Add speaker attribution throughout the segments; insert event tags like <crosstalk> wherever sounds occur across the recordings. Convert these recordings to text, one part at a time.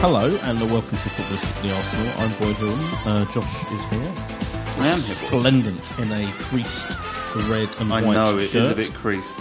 Speaker 1: Hello and welcome to Football City Arsenal. I'm Boyd Hillam. Uh, Josh is here.
Speaker 2: I am here. Boyd.
Speaker 1: Splendent in a creased red and
Speaker 2: I
Speaker 1: white
Speaker 2: know it
Speaker 1: shirt.
Speaker 2: is a bit creased.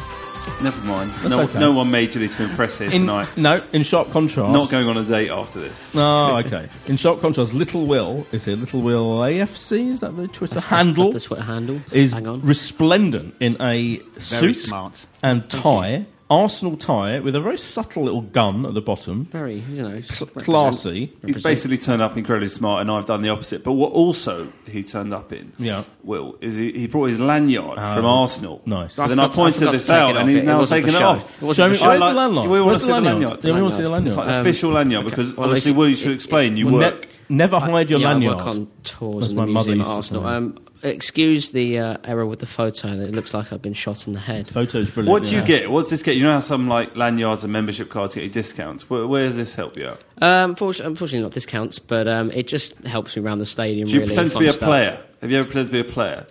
Speaker 2: Never mind.
Speaker 1: That's
Speaker 2: No,
Speaker 1: okay.
Speaker 2: no one made you this to impress here
Speaker 1: in,
Speaker 2: tonight.
Speaker 1: No, in sharp contrast.
Speaker 2: Not going on a date after this. <laughs>
Speaker 1: Oh, okay. In sharp contrast, Little Will is here. Little Will AFC is that the Twitter handle?
Speaker 3: The Twitter handle.
Speaker 1: is
Speaker 3: Hang on.
Speaker 1: resplendent in a
Speaker 4: Very
Speaker 1: suit
Speaker 4: smart.
Speaker 1: and tie, Arsenal tie with a very subtle little gun at the bottom.
Speaker 3: Very, you know, represent-
Speaker 1: Classy.
Speaker 2: He's basically turned up incredibly smart, and I've done the opposite. But what also he turned up in,
Speaker 1: Yeah. Ah.
Speaker 2: Will, is he, he brought his lanyard from Arsenal.
Speaker 1: nice.
Speaker 2: So
Speaker 1: I
Speaker 2: then
Speaker 4: forgot-
Speaker 2: I
Speaker 4: I
Speaker 2: pointed
Speaker 4: forgot
Speaker 2: this
Speaker 4: to take
Speaker 2: out,
Speaker 4: it
Speaker 2: and
Speaker 4: off
Speaker 2: he's
Speaker 4: it. It
Speaker 2: now
Speaker 4: wasn't for
Speaker 2: taken it
Speaker 4: show. Um,
Speaker 2: off.
Speaker 3: It wasn't
Speaker 1: Show
Speaker 3: for
Speaker 1: me.
Speaker 3: show.
Speaker 1: Where's
Speaker 2: I
Speaker 1: the
Speaker 2: like-
Speaker 1: landlord?
Speaker 2: we wanna
Speaker 1: Where's
Speaker 2: see
Speaker 1: the
Speaker 2: the
Speaker 1: landlord?
Speaker 2: lanyard.
Speaker 1: Yeah, we want to see the
Speaker 2: It's
Speaker 1: landlord.
Speaker 2: like the official lanyard because
Speaker 3: well,
Speaker 2: honestly,
Speaker 3: if-
Speaker 2: Will, you should explain. You
Speaker 1: Ne-
Speaker 2: work.
Speaker 1: never hide your
Speaker 3: yeah,
Speaker 1: lanyard.
Speaker 3: I work on tours
Speaker 1: That's
Speaker 3: in
Speaker 1: my
Speaker 3: the
Speaker 1: mother
Speaker 3: museum at
Speaker 1: used to
Speaker 3: Arsenal.
Speaker 1: say.
Speaker 3: Um, excuse the uh, error with the photo. It looks like I've been shot in the head.
Speaker 1: Photos brilliant.
Speaker 2: What do you
Speaker 1: yeah.
Speaker 2: get? What's this get? You know how some like lanyards and membership cards get you discounts. Where, where does this help you out?
Speaker 3: Um, fortu- unfortunately, not discounts, but um, it just helps me around the stadium.
Speaker 2: Do you
Speaker 3: really,
Speaker 2: pretend
Speaker 3: if
Speaker 2: to be
Speaker 3: I'm
Speaker 2: a
Speaker 3: stuck.
Speaker 2: player? Have you ever pretended to be a player?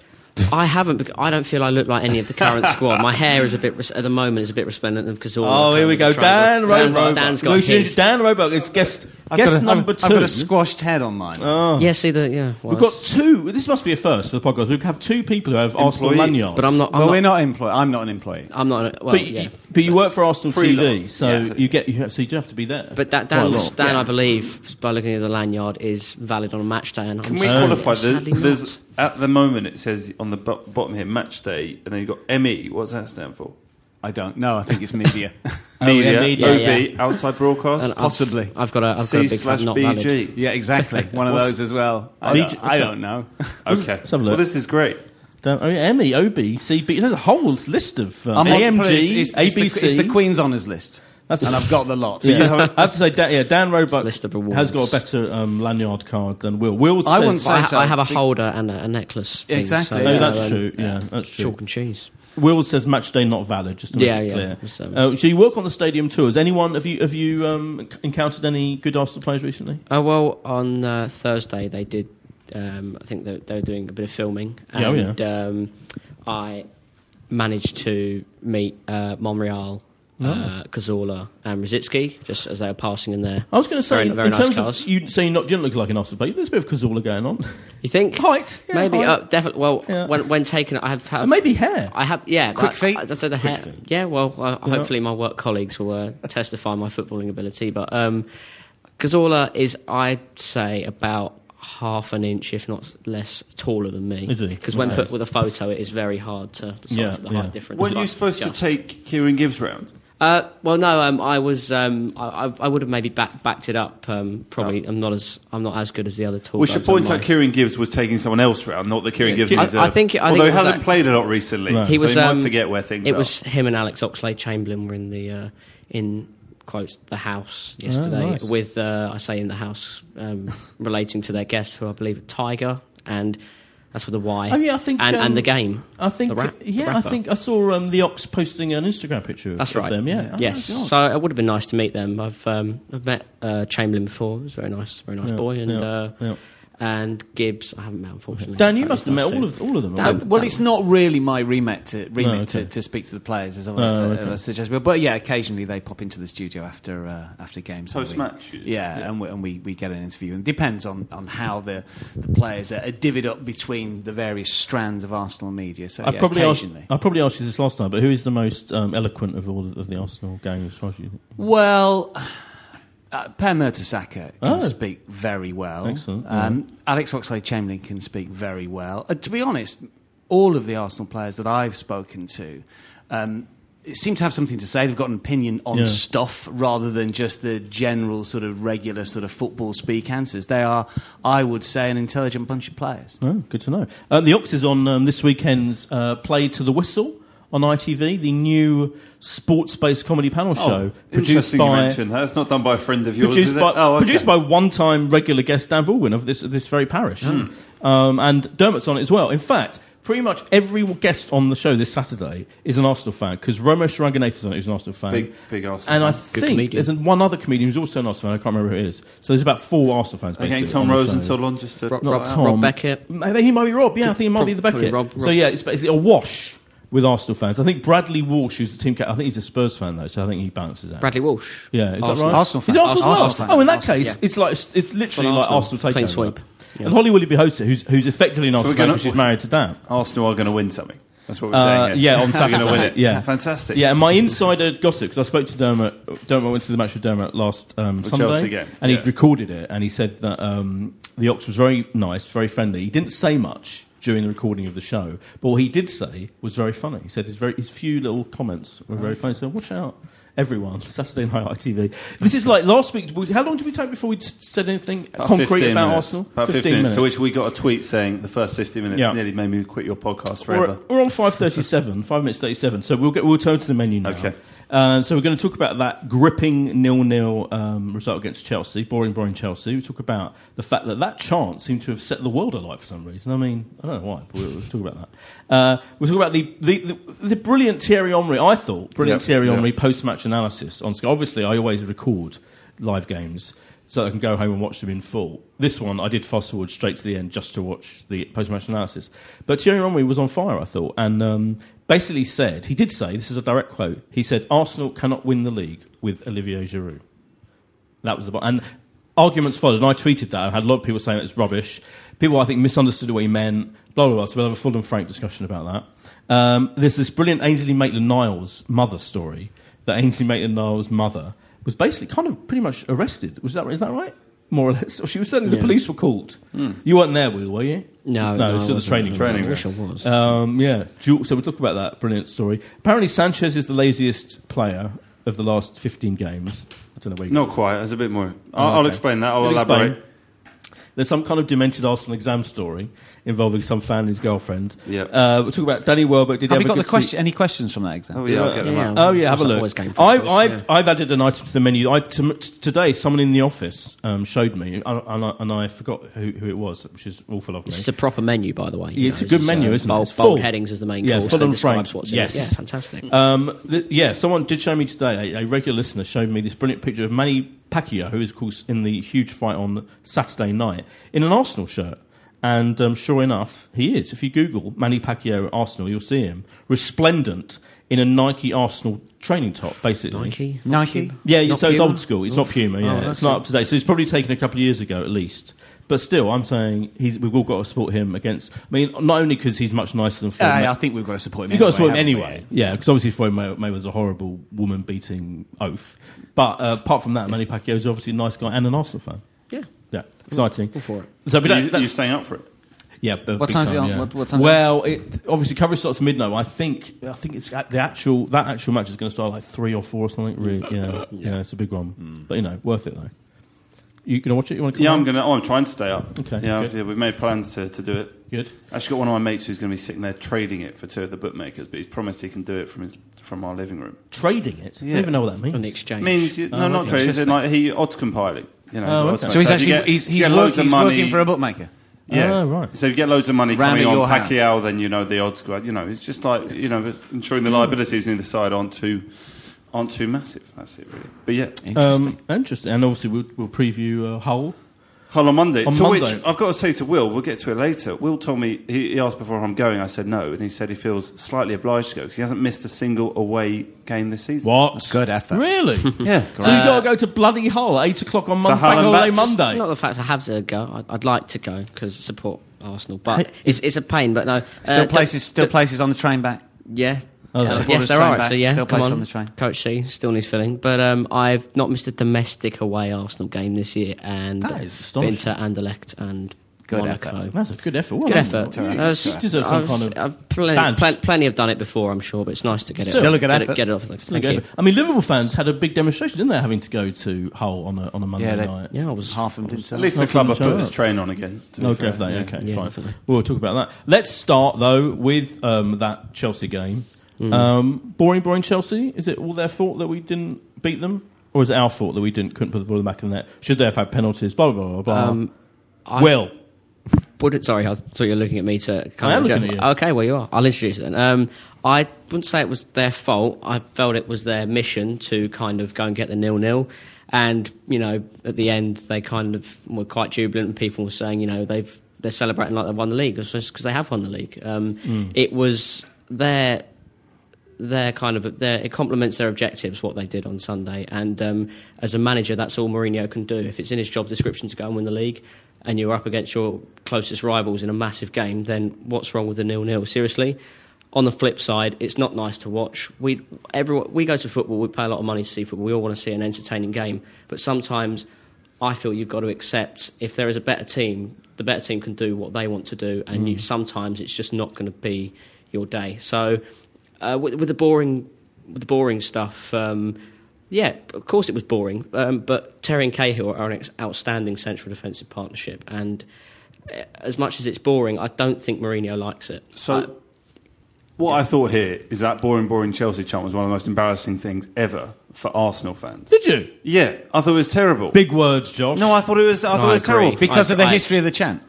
Speaker 3: I haven't. Because I don't feel I look like any of the
Speaker 1: <laughs>
Speaker 3: current squad. My hair is a bit res- at the moment is a bit resplendent of Cazorla.
Speaker 1: Oh, here we go. Dan
Speaker 3: Dan's,
Speaker 1: Roebuck.
Speaker 3: Dan's got
Speaker 1: We should-
Speaker 3: his.
Speaker 1: Dan Roebuck is guest,
Speaker 4: I've
Speaker 1: guest
Speaker 4: got a,
Speaker 1: number
Speaker 4: I've,
Speaker 1: 2
Speaker 4: I've got a squashed head on mine.
Speaker 3: Yeah, see the yeah. well,
Speaker 1: We've got
Speaker 3: it's-
Speaker 1: two. This must be a first for the podcast. We have two people who have Arsenal
Speaker 2: Employees.
Speaker 1: lanyards.
Speaker 3: but I'm not. I'm
Speaker 4: well,
Speaker 3: not,
Speaker 4: we're not employee. I'm not an employee.
Speaker 3: I'm not. Well,
Speaker 1: But, you,
Speaker 3: yeah.
Speaker 1: but you work for Arsenal TV,
Speaker 2: Freelance,
Speaker 1: so
Speaker 2: yeah, so-
Speaker 1: you get you have, so you do have to be there.
Speaker 3: But that
Speaker 1: Quite a
Speaker 3: Dan,
Speaker 1: lot.
Speaker 3: Dan
Speaker 1: Yeah.
Speaker 3: I believe, by looking at the lanyard, is valid on a match day. And I'm
Speaker 2: Can we
Speaker 3: sorry,
Speaker 2: qualify?
Speaker 3: I'm
Speaker 2: There's,
Speaker 3: sadly not.
Speaker 2: there's at the moment it says on the bo- bottom here match day, and then you've got ME. What's that stand for?
Speaker 4: I don't know. I think it's media. <laughs>
Speaker 2: Media,
Speaker 1: media,
Speaker 2: OB,
Speaker 3: Oh, yeah.
Speaker 2: outside broadcast,
Speaker 3: <laughs> And I've-
Speaker 4: possibly.
Speaker 3: I've got a, I've got a
Speaker 2: C
Speaker 3: big
Speaker 2: slash
Speaker 3: fan not valid.
Speaker 2: BG.
Speaker 4: yeah, exactly. One of
Speaker 2: What's-
Speaker 4: those as well. I
Speaker 1: Media-
Speaker 4: don't, I don't know.
Speaker 2: Okay,
Speaker 1: have a look.
Speaker 2: well this is great.
Speaker 1: Dan, oh, yeah, ME, OB, CB. There's a whole list of um,
Speaker 4: I'm on-
Speaker 1: AMG,
Speaker 4: it's, it's, it's
Speaker 1: ABC.
Speaker 4: The, it's the Queen's Honours list.
Speaker 1: That's a-
Speaker 4: and I've got the lot.
Speaker 1: Yeah. I have to say, Dan, yeah, Dan Roebuck
Speaker 3: List of awards.
Speaker 1: has got a better um, lanyard card than Will. Will
Speaker 4: I
Speaker 1: says-
Speaker 4: wouldn't
Speaker 3: But
Speaker 4: say-
Speaker 3: I,
Speaker 4: So-
Speaker 3: I have a holder and a, a necklace. Thing,
Speaker 4: Exactly,
Speaker 3: So,
Speaker 1: No,
Speaker 4: yeah.
Speaker 1: that's
Speaker 3: um,
Speaker 1: true. Yeah, that's true.
Speaker 3: Chalk and cheese.
Speaker 1: Will says match day not valid. Just to
Speaker 3: Yeah,
Speaker 1: make it
Speaker 3: yeah,
Speaker 1: clear.
Speaker 3: so-
Speaker 1: Uh, so you work on the stadium tours. Anyone have you have you um, encountered any good Arsenal players recently?
Speaker 3: Oh well, on uh, Thursday they did. Um, I think they, they were doing a bit of filming,
Speaker 1: Yeah, oh, yeah.
Speaker 3: and um, I managed to meet uh, Monreal,
Speaker 1: Oh.
Speaker 3: uh, Cazorla, and Rositsky just as they were passing in there.
Speaker 1: I was going to say,
Speaker 3: Very- very
Speaker 1: in
Speaker 3: nice
Speaker 1: terms
Speaker 3: cars.
Speaker 1: of you, so you not, didn't look like an Arsenal player. There's a bit of Cazorla going on. <laughs>
Speaker 3: You think
Speaker 1: Height, yeah,
Speaker 3: maybe
Speaker 1: height.
Speaker 3: uh, definitely. Well,
Speaker 1: Yeah.
Speaker 3: when when taken, I have had
Speaker 1: And maybe hair.
Speaker 3: I have yeah.
Speaker 4: Quick
Speaker 3: that-
Speaker 4: feet?
Speaker 3: I, so the
Speaker 1: Quick
Speaker 3: hair.
Speaker 1: feet.
Speaker 3: Yeah. Well, uh, hopefully my work colleagues will uh, testify my footballing ability. But um, Cazorla is, I'd say, about half an inch, if not less, taller than me.
Speaker 1: Is he?
Speaker 3: Because when
Speaker 1: Nice.
Speaker 3: put with a photo, it is very hard to decipher
Speaker 1: Yeah,
Speaker 3: the
Speaker 1: yeah.
Speaker 3: height difference.
Speaker 2: Weren't
Speaker 3: But
Speaker 2: you supposed
Speaker 3: just-
Speaker 2: to take Kieran Gibbs round?
Speaker 3: Uh, well, no. Um, I was. Um, I, I- I would have maybe back, backed it up. Um, probably. I'm not as. I'm not as good as the other tall.
Speaker 2: Oh. We
Speaker 3: guys
Speaker 2: should
Speaker 3: on
Speaker 2: point
Speaker 3: my-
Speaker 2: out Kieran Gibbs was taking someone else round, not that Kieran
Speaker 1: Yeah,
Speaker 2: Gibbs.
Speaker 1: Gi- I-
Speaker 2: deserved.
Speaker 3: I think- I think
Speaker 2: although
Speaker 3: it
Speaker 2: he
Speaker 3: was
Speaker 2: hasn't
Speaker 3: that-
Speaker 2: played a lot recently,
Speaker 1: Right.
Speaker 3: he was
Speaker 2: so he
Speaker 3: um,
Speaker 2: might forget where things
Speaker 3: it
Speaker 2: are.
Speaker 3: was him and alex oxlade chamberlain were in the uh, in quotes the house yesterday
Speaker 1: Oh, nice.
Speaker 3: with uh, i say in the house
Speaker 1: <laughs>
Speaker 3: um, relating to their guests who i believe are tiger and that's with a y
Speaker 1: Oh, yeah, I think,
Speaker 3: and,
Speaker 1: um,
Speaker 3: and the game
Speaker 1: I think,
Speaker 3: The rap- the
Speaker 1: yeah, I
Speaker 3: rapper.
Speaker 1: think I saw um, the Ox posting an Instagram picture.
Speaker 3: that's
Speaker 1: of
Speaker 3: right
Speaker 1: Them, yeah. Oh,
Speaker 3: yes
Speaker 1: God.
Speaker 3: so it would have been nice to meet them i've um, i've met uh, chamberlain before he was a very nice very nice
Speaker 1: Yeah,
Speaker 3: boy and
Speaker 1: yeah,
Speaker 3: uh,
Speaker 1: yeah.
Speaker 3: and Gibbs. I haven't met unfortunately.
Speaker 1: Dan, you
Speaker 3: That
Speaker 1: must have
Speaker 3: was
Speaker 1: met
Speaker 3: us
Speaker 1: all
Speaker 3: two.
Speaker 1: of all of them.
Speaker 3: That-
Speaker 1: right?
Speaker 3: Um,
Speaker 4: well, it's not really my remit to remit
Speaker 1: No, okay.
Speaker 4: to, to speak to the players, as I,
Speaker 1: Oh,
Speaker 4: as I
Speaker 1: okay.
Speaker 4: suggest. But, but yeah, occasionally they pop into the studio after uh, after games. and we-
Speaker 2: Post-match, you-
Speaker 4: yeah, and, we, and we, we get an interview. And it depends on, on how the the players are, are divvied up between the various strands of Arsenal media. So
Speaker 1: I
Speaker 4: yeah,
Speaker 1: probably asked,
Speaker 4: occasionally.
Speaker 1: I probably asked you this last time, but who is the most um, eloquent of all of the Arsenal gang as far as you think?
Speaker 4: Well, uh, Per Mertesacker can
Speaker 1: Oh.
Speaker 4: speak very well.
Speaker 1: Excellent,
Speaker 4: Um, Alex Oxlade Chamberlain can speak very well. Uh, to be honest, all of the Arsenal players that I've spoken to. Um, Seem to have something to say. They've got an opinion on
Speaker 1: Yeah.
Speaker 4: stuff rather than just the general sort of regular sort of football speak answers. They are, I would say, an intelligent bunch of players.
Speaker 1: Oh, good to know. Uh, the Ox is on um, this weekend's uh, Play to the Whistle on ITV, the new sports-based comedy panel show Oh, produced
Speaker 2: Oh, Interesting you
Speaker 1: by
Speaker 2: mention that. It's not done by a friend of yours,
Speaker 1: produced
Speaker 2: is it?
Speaker 1: by,
Speaker 2: oh, okay.
Speaker 1: produced by one-time regular guest Dan Baldwin of this this very parish,
Speaker 2: Hmm.
Speaker 1: um, and Dermot's on it as well. In fact, pretty much every guest on the show this Saturday is an Arsenal fan because Romo Sharanganathan's on it, who's an Arsenal fan,
Speaker 2: Big- big Arsenal
Speaker 1: and I
Speaker 2: fan.
Speaker 3: Good
Speaker 1: think
Speaker 3: comedian.
Speaker 1: there's one other comedian who's also an Arsenal fan. I can't remember who it is. So there's about four Arsenal fans.
Speaker 2: They're getting
Speaker 1: basically
Speaker 2: Tom
Speaker 1: on the
Speaker 2: Rose
Speaker 1: show.
Speaker 2: and Todd Long just to
Speaker 3: Rob-
Speaker 1: Not
Speaker 3: Rob-
Speaker 1: Tom.
Speaker 3: Rob Beckett.
Speaker 1: Maybe He might be Rob. Yeah, I think he might be the
Speaker 3: probably
Speaker 1: Beckett.
Speaker 3: Rob-
Speaker 1: so
Speaker 3: Rob-
Speaker 1: yeah, it's basically a wash with Arsenal fans. I think Bradley Walsh, who's the team captain, I think he's a Spurs fan though, so I think he balances out.
Speaker 3: Bradley Walsh.
Speaker 1: Yeah, is
Speaker 3: Arsenal.
Speaker 1: that right?
Speaker 4: Arsenal fan.
Speaker 1: Is it Arsenal, as well?
Speaker 4: Arsenal fan.
Speaker 1: Oh, in that
Speaker 4: Arsenal,
Speaker 1: case,
Speaker 4: yeah.
Speaker 1: it's like it's literally
Speaker 3: Well,
Speaker 1: like
Speaker 3: Arsenal.
Speaker 1: Arsenal takeover.
Speaker 3: Clean sweep. Yeah.
Speaker 1: And Holly Willoughby hosts it, who's who's effectively an Arsenal
Speaker 2: we're
Speaker 1: fan,
Speaker 2: gonna-
Speaker 1: because she's married to Dan.
Speaker 2: Arsenal are going to win something. That's what we're
Speaker 1: Uh,
Speaker 2: saying.
Speaker 1: yeah,
Speaker 2: <laughs>
Speaker 1: on Saturday.
Speaker 2: going to win it.
Speaker 1: Yeah,
Speaker 2: fantastic.
Speaker 1: Yeah, and my insider gossip because I spoke to Dermot. Dermot went to the match with Dermot last um, Sunday,
Speaker 2: Chelsea game,
Speaker 1: and
Speaker 2: yeah.
Speaker 1: he recorded it. And he said that um, the Ox was very nice, very friendly. He didn't say much during the recording of the show, but what he did say was very funny. He said his very his few little comments were very funny. So watch out. Everyone, <laughs> Saturday night ITV. This is like last week. we- How long did we take before we t- said anything
Speaker 2: About
Speaker 1: concrete
Speaker 2: 15
Speaker 1: about
Speaker 2: minutes.
Speaker 1: Arsenal?
Speaker 2: About 15, minutes. To which we got a tweet saying the first 15 minutes
Speaker 1: Yeah.
Speaker 2: nearly made me quit your podcast
Speaker 1: We're,
Speaker 2: forever.
Speaker 1: we're on five thirty-seven, five minutes thirty-seven. So we'll get we'll turn to the menu now.
Speaker 2: Okay.
Speaker 1: Uh, so we're going to talk about that gripping nil-nil um, result against Chelsea, boring, boring Chelsea. We talk about the fact that that chance seemed to have set the world alight for some reason. I mean, I don't know why, but we'll, we'll talk about that. Uh, we'll talk about the the, the, the brilliant Thierry Henry. I thought brilliant
Speaker 2: Yep,
Speaker 1: Thierry
Speaker 2: yep.
Speaker 1: Henry post-match analysis on Sky. Obviously, I always record live games so I can go home and watch them in full. This one, I did fast forward straight to the end just to watch the post-match analysis. But Thierry Henry was on fire, I thought, and um, basically said he did say this is a direct quote. He said Arsenal cannot win the league with Olivier Giroud. That was the bottom. And arguments followed. And I tweeted that. I had a lot of people saying it's rubbish. People, I think, misunderstood what he meant. Blah, blah, blah. So we'll have a full and frank discussion about that. Um, there's this brilliant Ainsley Maitland Niles mother story that Ainsley Maitland Niles' mother was basically kind of pretty much arrested. Was that, is that right? More or less. Or she was certainly, the
Speaker 3: Yeah.
Speaker 1: police were called. You weren't there, Will, were you?
Speaker 3: No,
Speaker 1: No, it's
Speaker 3: I
Speaker 1: sort of
Speaker 3: wasn't.
Speaker 1: training.
Speaker 3: I wish I was.
Speaker 1: Um, yeah, Ju- so we'll talk about that brilliant story. Apparently, Sanchez is the laziest player of the last 15 games. I don't know where you
Speaker 2: Not quite. There's a bit more. I'll, I'll
Speaker 1: Oh, okay.
Speaker 2: explain that. I'll
Speaker 1: You'll
Speaker 2: elaborate.
Speaker 1: explain. There's some kind of demented Arsenal exam story involving some fan and his girlfriend.
Speaker 2: Yeah.
Speaker 1: Uh, we'll talk about Danny Welbeck. Did he have
Speaker 4: Have you
Speaker 1: a
Speaker 4: got the
Speaker 1: good
Speaker 4: question,
Speaker 1: se-
Speaker 4: any questions from that exam?
Speaker 2: Oh, yeah, I'll get them
Speaker 3: Yeah.
Speaker 2: up.
Speaker 1: Oh yeah, have a
Speaker 3: What's that
Speaker 1: look.
Speaker 3: boys game for,
Speaker 1: I've
Speaker 3: boys?
Speaker 1: I've,
Speaker 3: Yeah.
Speaker 1: I've added an item to the menu. I, to, t- today, someone in the office um, showed me, and I, and I- and I forgot who, who it was, which is awful of me.
Speaker 3: This is a proper menu, by the way. you
Speaker 1: Yeah, it's a good
Speaker 3: just,
Speaker 1: menu,
Speaker 3: uh,
Speaker 1: isn't it?
Speaker 3: bold,
Speaker 1: It's full.
Speaker 3: Bold headings is the main
Speaker 1: Yeah,
Speaker 3: course
Speaker 1: full
Speaker 3: that
Speaker 1: and frank.
Speaker 3: describes what's in
Speaker 1: Yes.
Speaker 3: it. Yeah, fantastic.
Speaker 1: Um, th- yeah, someone did show me today. A, a regular listener showed me this brilliant picture of Manny Pacquiao, who is of course in the huge fight on Saturday night in an Arsenal shirt. And um, sure enough, he is. If you Google Manny Pacquiao at Arsenal, you'll see him resplendent in a Nike Arsenal training top, basically.
Speaker 3: Nike.
Speaker 4: Nike?
Speaker 1: Yeah, yeah,
Speaker 3: Not
Speaker 1: so it's
Speaker 3: Puma?
Speaker 1: old school. It's not Puma. Yeah,
Speaker 3: that's
Speaker 1: it's not
Speaker 3: cool.
Speaker 1: up to date. So it's probably taken a couple of years ago at least. But still, I'm saying he's, we've all got to support him against. I mean, not only because he's much nicer than. Floyd
Speaker 4: Uh,
Speaker 1: Ma-
Speaker 4: I think we've got to support him.
Speaker 1: You've got to support him
Speaker 4: haven't we?
Speaker 1: anyway. Yeah, because obviously Floyd May- Mayweather's a horrible woman beating oaf. But uh, apart from that, Manny Pacquiao is obviously a nice guy and an Arsenal fan.
Speaker 3: Yeah.
Speaker 1: Yeah, exciting.
Speaker 3: all for it.
Speaker 1: So we don't,
Speaker 2: you,
Speaker 1: that's-
Speaker 2: you staying up for it?
Speaker 1: yeah, but
Speaker 4: What
Speaker 1: big
Speaker 4: time's it
Speaker 1: time,
Speaker 4: on?
Speaker 1: yeah.
Speaker 4: What- what time's it
Speaker 1: well, it, obviously coverage starts at midnight. I think I think it's at the actual that actual match is going to start like three or four or something. Really,
Speaker 4: <laughs>
Speaker 1: yeah, yeah, it's a big one. But you know, worth it though. You gonna watch it? You want to?
Speaker 2: Hmm. Yeah, I'm going to. Oh, I'm trying to stay up.
Speaker 1: Okay,
Speaker 2: Yeah,
Speaker 1: good.
Speaker 2: yeah, we've made plans to, to do it.
Speaker 1: Good.
Speaker 2: Actually, got one of my mates who's going to be sitting there trading it for two of the bookmakers, but he's promised he can do it from his from our living room.
Speaker 1: Trading it. I
Speaker 2: Yeah.
Speaker 1: don't even know what that means.
Speaker 3: On the exchange.
Speaker 2: means you, no,
Speaker 1: Oh,
Speaker 2: not
Speaker 1: okay.
Speaker 2: trading. It's
Speaker 4: Interesting.
Speaker 2: like he odds compiling. You know,
Speaker 1: Oh,
Speaker 2: odds
Speaker 1: okay.
Speaker 2: compiling.
Speaker 4: So
Speaker 2: if
Speaker 4: he's
Speaker 2: you
Speaker 4: actually
Speaker 2: get-
Speaker 4: he's,
Speaker 2: you
Speaker 4: he's,
Speaker 2: get loads
Speaker 4: working,
Speaker 2: of
Speaker 4: he's
Speaker 2: money-
Speaker 4: working for a bookmaker.
Speaker 2: Yeah,
Speaker 1: Oh, right.
Speaker 2: So if you get loads of money
Speaker 4: Round
Speaker 2: coming
Speaker 4: at your
Speaker 2: on
Speaker 4: house.
Speaker 2: Pacquiao, then you know the odds go. You know, it's just like you know ensuring the
Speaker 4: Hmm.
Speaker 2: liabilities on either side aren't too aren't too massive. That's it, really. But yeah,
Speaker 4: Interesting.
Speaker 1: Um, interesting. And obviously, we'll, we'll preview uh, Hull.
Speaker 2: Hull on Monday.
Speaker 1: On
Speaker 2: to
Speaker 1: Monday.
Speaker 2: which I've got to say to Will, we'll get to it later. Will told me he, he asked before I'm going. I said no, and he said he feels slightly obliged to go because he hasn't missed a single away game this season.
Speaker 1: What?
Speaker 4: Good
Speaker 3: <laughs>
Speaker 4: effort.
Speaker 1: Really? so you
Speaker 2: Yeah,
Speaker 1: got to go to bloody Hull at 8 o'clock on Monday,
Speaker 2: Hull and
Speaker 1: Monday,
Speaker 2: back-
Speaker 1: Monday.
Speaker 3: Not the fact I have to go. I, I'd like to go because support Arsenal, but it's it's a pain. But no, uh,
Speaker 4: Still
Speaker 3: don't-
Speaker 4: places, still
Speaker 3: don't-
Speaker 4: places on the train back.
Speaker 3: Yeah.
Speaker 1: Oh,
Speaker 3: Uh,
Speaker 1: supporters
Speaker 3: yes, there
Speaker 4: train
Speaker 3: are.
Speaker 4: back,
Speaker 3: So yeah,
Speaker 4: still
Speaker 3: come
Speaker 4: placed
Speaker 3: on.
Speaker 4: on the train.
Speaker 3: Coach C still needs filling, but um, I've not missed a domestic away Arsenal game this year, and
Speaker 1: That is astonishing.
Speaker 3: Inter, Anderlecht, and
Speaker 4: Good
Speaker 3: Monaco.
Speaker 1: That's a good effort. Well
Speaker 3: Good
Speaker 1: done.
Speaker 3: effort.
Speaker 1: You,
Speaker 3: Uh, s-
Speaker 1: you deserve some
Speaker 3: I've-
Speaker 1: kind of
Speaker 3: I've plenty,
Speaker 1: badge.
Speaker 3: plen- plenty have done it before, I'm sure, but it's nice to get it.
Speaker 4: Still a
Speaker 3: off-
Speaker 4: good
Speaker 3: get
Speaker 4: effort.
Speaker 3: It, get it off the
Speaker 1: Still a
Speaker 3: Thank
Speaker 1: good
Speaker 3: you.
Speaker 1: effort. I mean, Liverpool fans had a big demonstration, didn't they, having to go to Hull on a, on a Monday
Speaker 4: Yeah, they-
Speaker 1: night?
Speaker 3: Yeah, I was
Speaker 4: Half of them didn't
Speaker 2: At
Speaker 4: sell.
Speaker 2: least the
Speaker 1: Not
Speaker 2: club
Speaker 1: even
Speaker 2: have put
Speaker 1: shown
Speaker 2: this
Speaker 1: up.
Speaker 2: train on again. to be
Speaker 1: No,
Speaker 2: fair.
Speaker 1: definitely.
Speaker 2: Yeah.
Speaker 1: Okay,
Speaker 3: Yeah,
Speaker 1: fine.
Speaker 3: definitely.
Speaker 1: We'll talk about that. Let's start though with um, that Chelsea game.
Speaker 3: Mm.
Speaker 1: Um, boring, boring Chelsea. Is it all their fault that we didn't beat them, or is it our fault that we didn't couldn't put the ball in the back of the net? Should they have had penalties? Blah blah blah blah.
Speaker 3: Um, I-
Speaker 1: Will
Speaker 3: Wouldn't, sorry, I thought you were looking at me to. Kind
Speaker 1: I
Speaker 3: of
Speaker 1: am looking
Speaker 3: object.
Speaker 1: at you.
Speaker 3: Okay, well you are. I'll introduce it then. Um, I wouldn't say it was their fault. I felt it was their mission to kind of go and get the nil nil, and you know at the end they kind of were quite jubilant, and people were saying you know they've they're celebrating like they've won the league because they have won the league. Um,
Speaker 1: Mm.
Speaker 3: It was their their kind of their, it complements their objectives what they did on Sunday. And um, as a manager, that's all Mourinho can do. If it's in his job description to go and win the league, and you're up against your closest rivals in a massive game, then what's wrong with the nil-nil? Seriously. On the flip side, it's not nice to watch. We everyone, we go to football. We pay a lot of money to see football. We all want to see an entertaining game, but sometimes I feel you've got to accept if there is a better team, the better team can do what they want to do, and
Speaker 2: Mm.
Speaker 3: you, sometimes it's just not going to be your day. So, uh, with, with the boring, with the boring stuff, um, yeah, of course it was boring. Um, but Terry and Cahill are an ex- outstanding central defensive partnership, and uh, as much as it's boring, I don't think Mourinho likes it. Uh,
Speaker 2: So,
Speaker 3: I-
Speaker 2: what I thought here is that boring, boring Chelsea chant was one of the most embarrassing things ever for Arsenal fans.
Speaker 1: did you?
Speaker 2: Yeah, I thought it was terrible.
Speaker 1: Big words, Josh.
Speaker 2: no, I thought it was. I thought
Speaker 3: I
Speaker 2: it was
Speaker 3: agree.
Speaker 2: terrible.
Speaker 4: Because
Speaker 3: I-
Speaker 4: of the
Speaker 3: I-
Speaker 4: history of the chant?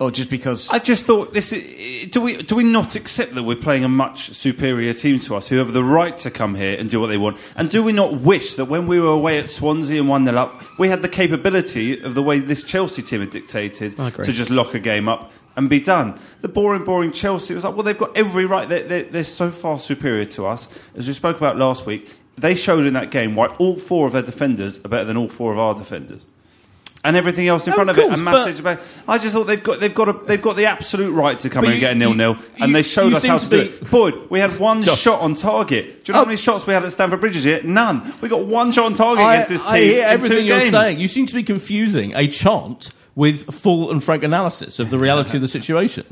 Speaker 1: Oh,
Speaker 4: Or just because.
Speaker 2: I just thought this is, do we do we not accept that we're playing a much superior team to us who have the right to come here and do what they want and do we not wish that when we were away at Swansea and 1-0 up we had the capability of the way this Chelsea team had dictated
Speaker 3: I agree.
Speaker 2: to just lock a game up and be done the boring boring Chelsea was like well they've got every right they're, they're, they're so far superior to us as we spoke about last week they showed in that game why all four of their defenders are better than all four of our defenders and everything else in
Speaker 1: Of
Speaker 2: front of
Speaker 1: course,
Speaker 2: it. And
Speaker 1: but-
Speaker 2: Matic about. I just thought they've got they've got a, they've got the absolute right to come
Speaker 1: But
Speaker 2: in and
Speaker 1: you-
Speaker 2: get a nil nil,
Speaker 1: you-
Speaker 2: and they showed
Speaker 1: you
Speaker 2: us
Speaker 1: seem
Speaker 2: how
Speaker 1: to
Speaker 2: to do
Speaker 1: be-
Speaker 2: it. Boyd, we had one
Speaker 1: Josh.
Speaker 2: shot on target. Do you know
Speaker 1: Oh.
Speaker 2: how many shots we had at Stamford Bridges here? None. We got one shot on target
Speaker 1: I,
Speaker 2: against this team.
Speaker 1: I hear
Speaker 2: in
Speaker 1: everything
Speaker 2: two
Speaker 1: you're
Speaker 2: games.
Speaker 1: saying. You seem to be confusing a chant with full and frank analysis of the reality of the situation.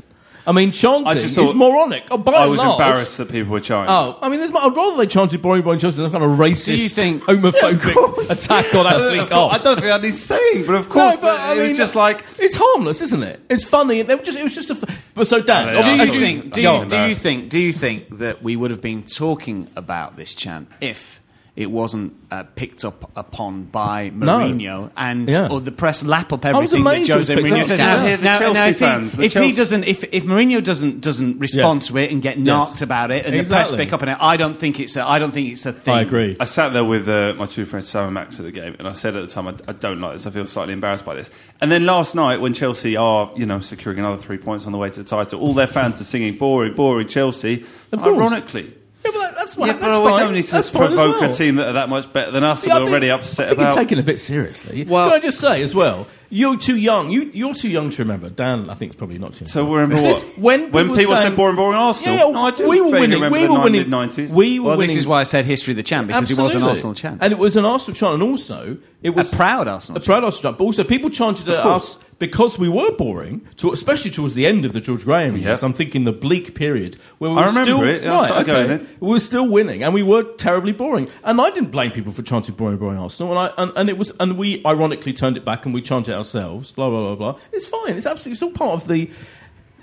Speaker 1: I mean, chanting
Speaker 2: just thought-
Speaker 1: is moronic. Oh, by
Speaker 2: I
Speaker 1: and
Speaker 2: was
Speaker 1: large-
Speaker 2: embarrassed that people were chanting.
Speaker 1: Oh, I mean, there's, I'd rather they chanted "Boring, boring Chelsea" than a kind of racist,
Speaker 4: Do you think-
Speaker 1: <laughs> homophobic attack on
Speaker 2: Uh, Of
Speaker 1: Ashley
Speaker 2: course-
Speaker 1: Cole.
Speaker 2: I don't think that needs saying, but of course,
Speaker 1: no, but I
Speaker 2: it
Speaker 1: mean,
Speaker 2: was just like
Speaker 1: it's harmless, isn't it? It's funny. and They were just, it was just a. f- But so, Dan,
Speaker 2: I don't know,
Speaker 4: do
Speaker 2: I
Speaker 4: you
Speaker 2: thought it was
Speaker 4: think? Do you,
Speaker 2: embarrassing.
Speaker 4: do you think? Do you think that we would have been talking about this chant if it wasn't uh, picked up upon by
Speaker 1: No.
Speaker 4: Mourinho and
Speaker 1: Yeah.
Speaker 4: or the press lap up
Speaker 1: was
Speaker 4: everything that
Speaker 1: amazed it was
Speaker 4: Jose
Speaker 1: picked
Speaker 4: Mourinho
Speaker 1: up.
Speaker 4: says?
Speaker 2: Down here, the Chelsea
Speaker 4: if, he,
Speaker 2: fans, the
Speaker 4: if he
Speaker 2: Chelsea-
Speaker 4: doesn't, if if Mourinho doesn't doesn't respond
Speaker 1: Yes.
Speaker 4: to it and get
Speaker 1: Yes.
Speaker 4: knocked about it, and the
Speaker 1: Exactly.
Speaker 4: press pick up on it, I don't think it's a, I don't think it's a thing.
Speaker 1: I agree.
Speaker 2: I sat there with uh, my two friends, Sam and Max, at the game, and I said at the time, I, I don't like this. I feel slightly embarrassed by this. And then last night, when Chelsea are, you know, securing another three points on the way to the title, all their fans are singing "boring, boring Chelsea."
Speaker 1: Of course.
Speaker 2: ironically,
Speaker 1: Yeah, but that, that's why.
Speaker 2: Yeah,
Speaker 1: that's
Speaker 2: well,
Speaker 1: fine.
Speaker 2: we don't need to
Speaker 1: that's fine as
Speaker 2: provoke
Speaker 1: well.
Speaker 2: a team that are that much better than us,
Speaker 1: Yeah, I
Speaker 2: and we're
Speaker 1: think-
Speaker 2: already upset
Speaker 1: I think
Speaker 2: about.
Speaker 1: you're taken a bit seriously.
Speaker 3: Well-
Speaker 1: Can I just say as well? You're too young. You, you're too young to remember. Dan, I think, is probably not too. young.
Speaker 2: so we're in what?
Speaker 1: when people
Speaker 2: people
Speaker 1: saying-
Speaker 2: said "boring, boring Arsenal,"
Speaker 1: Yeah, yeah,
Speaker 2: no, I do
Speaker 1: we were
Speaker 2: vaguely
Speaker 1: winning.
Speaker 2: remember
Speaker 1: We
Speaker 2: the
Speaker 1: were
Speaker 2: nine-
Speaker 1: winning.
Speaker 2: mid-nineties.
Speaker 1: We were
Speaker 4: Well,
Speaker 1: winning.
Speaker 4: this is why I said history of the chant because it was an
Speaker 1: Absolutely.
Speaker 4: Arsenal chant.
Speaker 1: And it was an Arsenal chant, and also it was
Speaker 4: proud
Speaker 1: A
Speaker 4: Arsenal
Speaker 1: proud Arsenal chant. But also, people chanted at us because we were boring, to, especially towards the end of the George Graham years. I'm thinking the bleak period where we
Speaker 2: I
Speaker 1: were
Speaker 2: remember
Speaker 1: still
Speaker 2: it. I
Speaker 1: right,
Speaker 2: started
Speaker 1: okay.
Speaker 2: going then.
Speaker 1: We were still winning, and we were terribly boring. And I didn't blame people for chanting boring, boring Arsenal. And, I, and, and it was, and we ironically turned it back, and we chanted ourselves. Blah blah blah blah. It's fine. It's absolutely still part of the.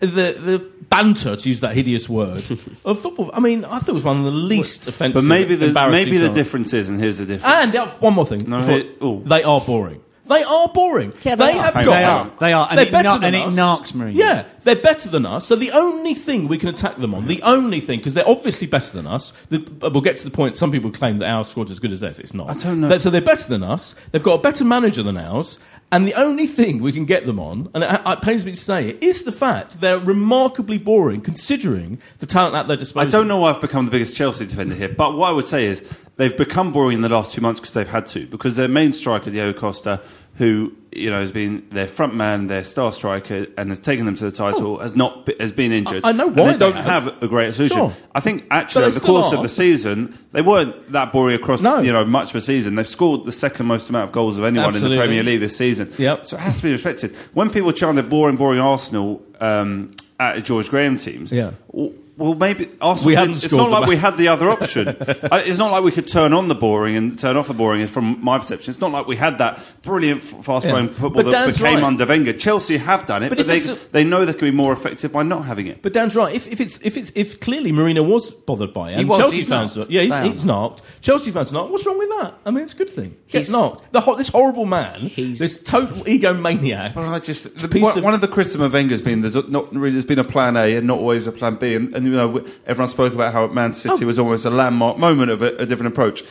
Speaker 1: The, the banter to use that hideous
Speaker 2: <laughs>
Speaker 1: word of football. I mean, I thought it was one of the least offensive.
Speaker 2: but maybe the
Speaker 1: embarrassing
Speaker 2: maybe the
Speaker 1: chants.
Speaker 2: difference is, and here's the difference.
Speaker 1: And uh, one more thing.
Speaker 2: No,
Speaker 1: before-
Speaker 2: it- oh.
Speaker 1: they are boring. They are boring.
Speaker 3: Yeah,
Speaker 1: they,
Speaker 3: they are.
Speaker 1: have
Speaker 2: Hang
Speaker 1: got.
Speaker 2: on, hang
Speaker 4: on. They are. And
Speaker 1: They're
Speaker 4: it
Speaker 1: better
Speaker 4: kno-
Speaker 1: than
Speaker 4: and it
Speaker 1: us.
Speaker 4: knocks Mourinho.
Speaker 1: Yeah, They're better than us. So the only thing we can attack them on, the only thing, because they're obviously better than us. The, but we'll get to the point. Some people claim that our squad's as good as theirs. It's not.
Speaker 2: I don't know.
Speaker 1: That- so they're better than us. They've got a better manager than ours. And the only thing we can get them on, and it, it pains me to say it, is the fact they're remarkably boring considering the talent at their
Speaker 2: I
Speaker 1: disposal.
Speaker 2: don't know why I've become the biggest Chelsea defender here, but what I would say is they've become boring in the last two months because they've had to. Because their main striker, Diego Costa, who you know has been their front man, their star striker, and has taken them to the title, has not be- has been injured.
Speaker 1: Oh. I- I know
Speaker 2: And
Speaker 1: why
Speaker 2: they don't
Speaker 1: they
Speaker 2: have.
Speaker 1: have.
Speaker 2: a great solution.
Speaker 1: Sure.
Speaker 2: I think
Speaker 1: But
Speaker 2: actually
Speaker 1: they
Speaker 2: over the
Speaker 1: still
Speaker 2: course
Speaker 1: are.
Speaker 2: of the season they weren't that boring across
Speaker 1: No.
Speaker 2: you know much of a season. They've scored the second most amount of goals of anyone
Speaker 1: Absolutely.
Speaker 2: in the Premier League this season.
Speaker 1: Yep.
Speaker 2: So it has to be respected. When people chanted "boring, boring Arsenal" um, at George Graham teams,
Speaker 1: Yeah.
Speaker 2: w- Well, maybe Arsenal.
Speaker 1: We
Speaker 2: did-
Speaker 1: hadn't
Speaker 2: it's
Speaker 1: scored
Speaker 2: not
Speaker 1: the
Speaker 2: like we
Speaker 1: ma-
Speaker 2: had the
Speaker 1: <laughs>
Speaker 2: other option. I- it's not like we could turn on the boring and turn off the boring. From my perception, it's not like we had that brilliant fast-growing
Speaker 1: Yeah.
Speaker 2: football
Speaker 1: But
Speaker 2: that
Speaker 1: Dan's
Speaker 2: became
Speaker 1: right.
Speaker 2: under Wenger. Chelsea have done it, but,
Speaker 1: But if
Speaker 2: they,
Speaker 1: it's a-
Speaker 2: they know they can be more effective by not having it.
Speaker 1: But Dan's right. If, if it's if it's if clearly Marino was bothered by it, and
Speaker 4: was,
Speaker 1: Chelsea
Speaker 4: he's
Speaker 1: fans,
Speaker 4: knocked.
Speaker 1: yeah, he's,
Speaker 4: They are.
Speaker 1: he's knocked. Chelsea fans knocked. What's wrong with that? I mean, it's a good thing. Get
Speaker 3: He's-
Speaker 1: knocked. The ho- this horrible man,
Speaker 3: He's-
Speaker 1: this total egomaniac.
Speaker 2: <laughs> Well, I just the,
Speaker 1: piece
Speaker 2: one,
Speaker 1: of-
Speaker 2: one of the criticism of Wenger's been there's not really there's been a plan A and not always a plan B, and, and you know everyone spoke about how at Man
Speaker 1: Oh.
Speaker 2: City was almost a landmark moment of a, a different approach,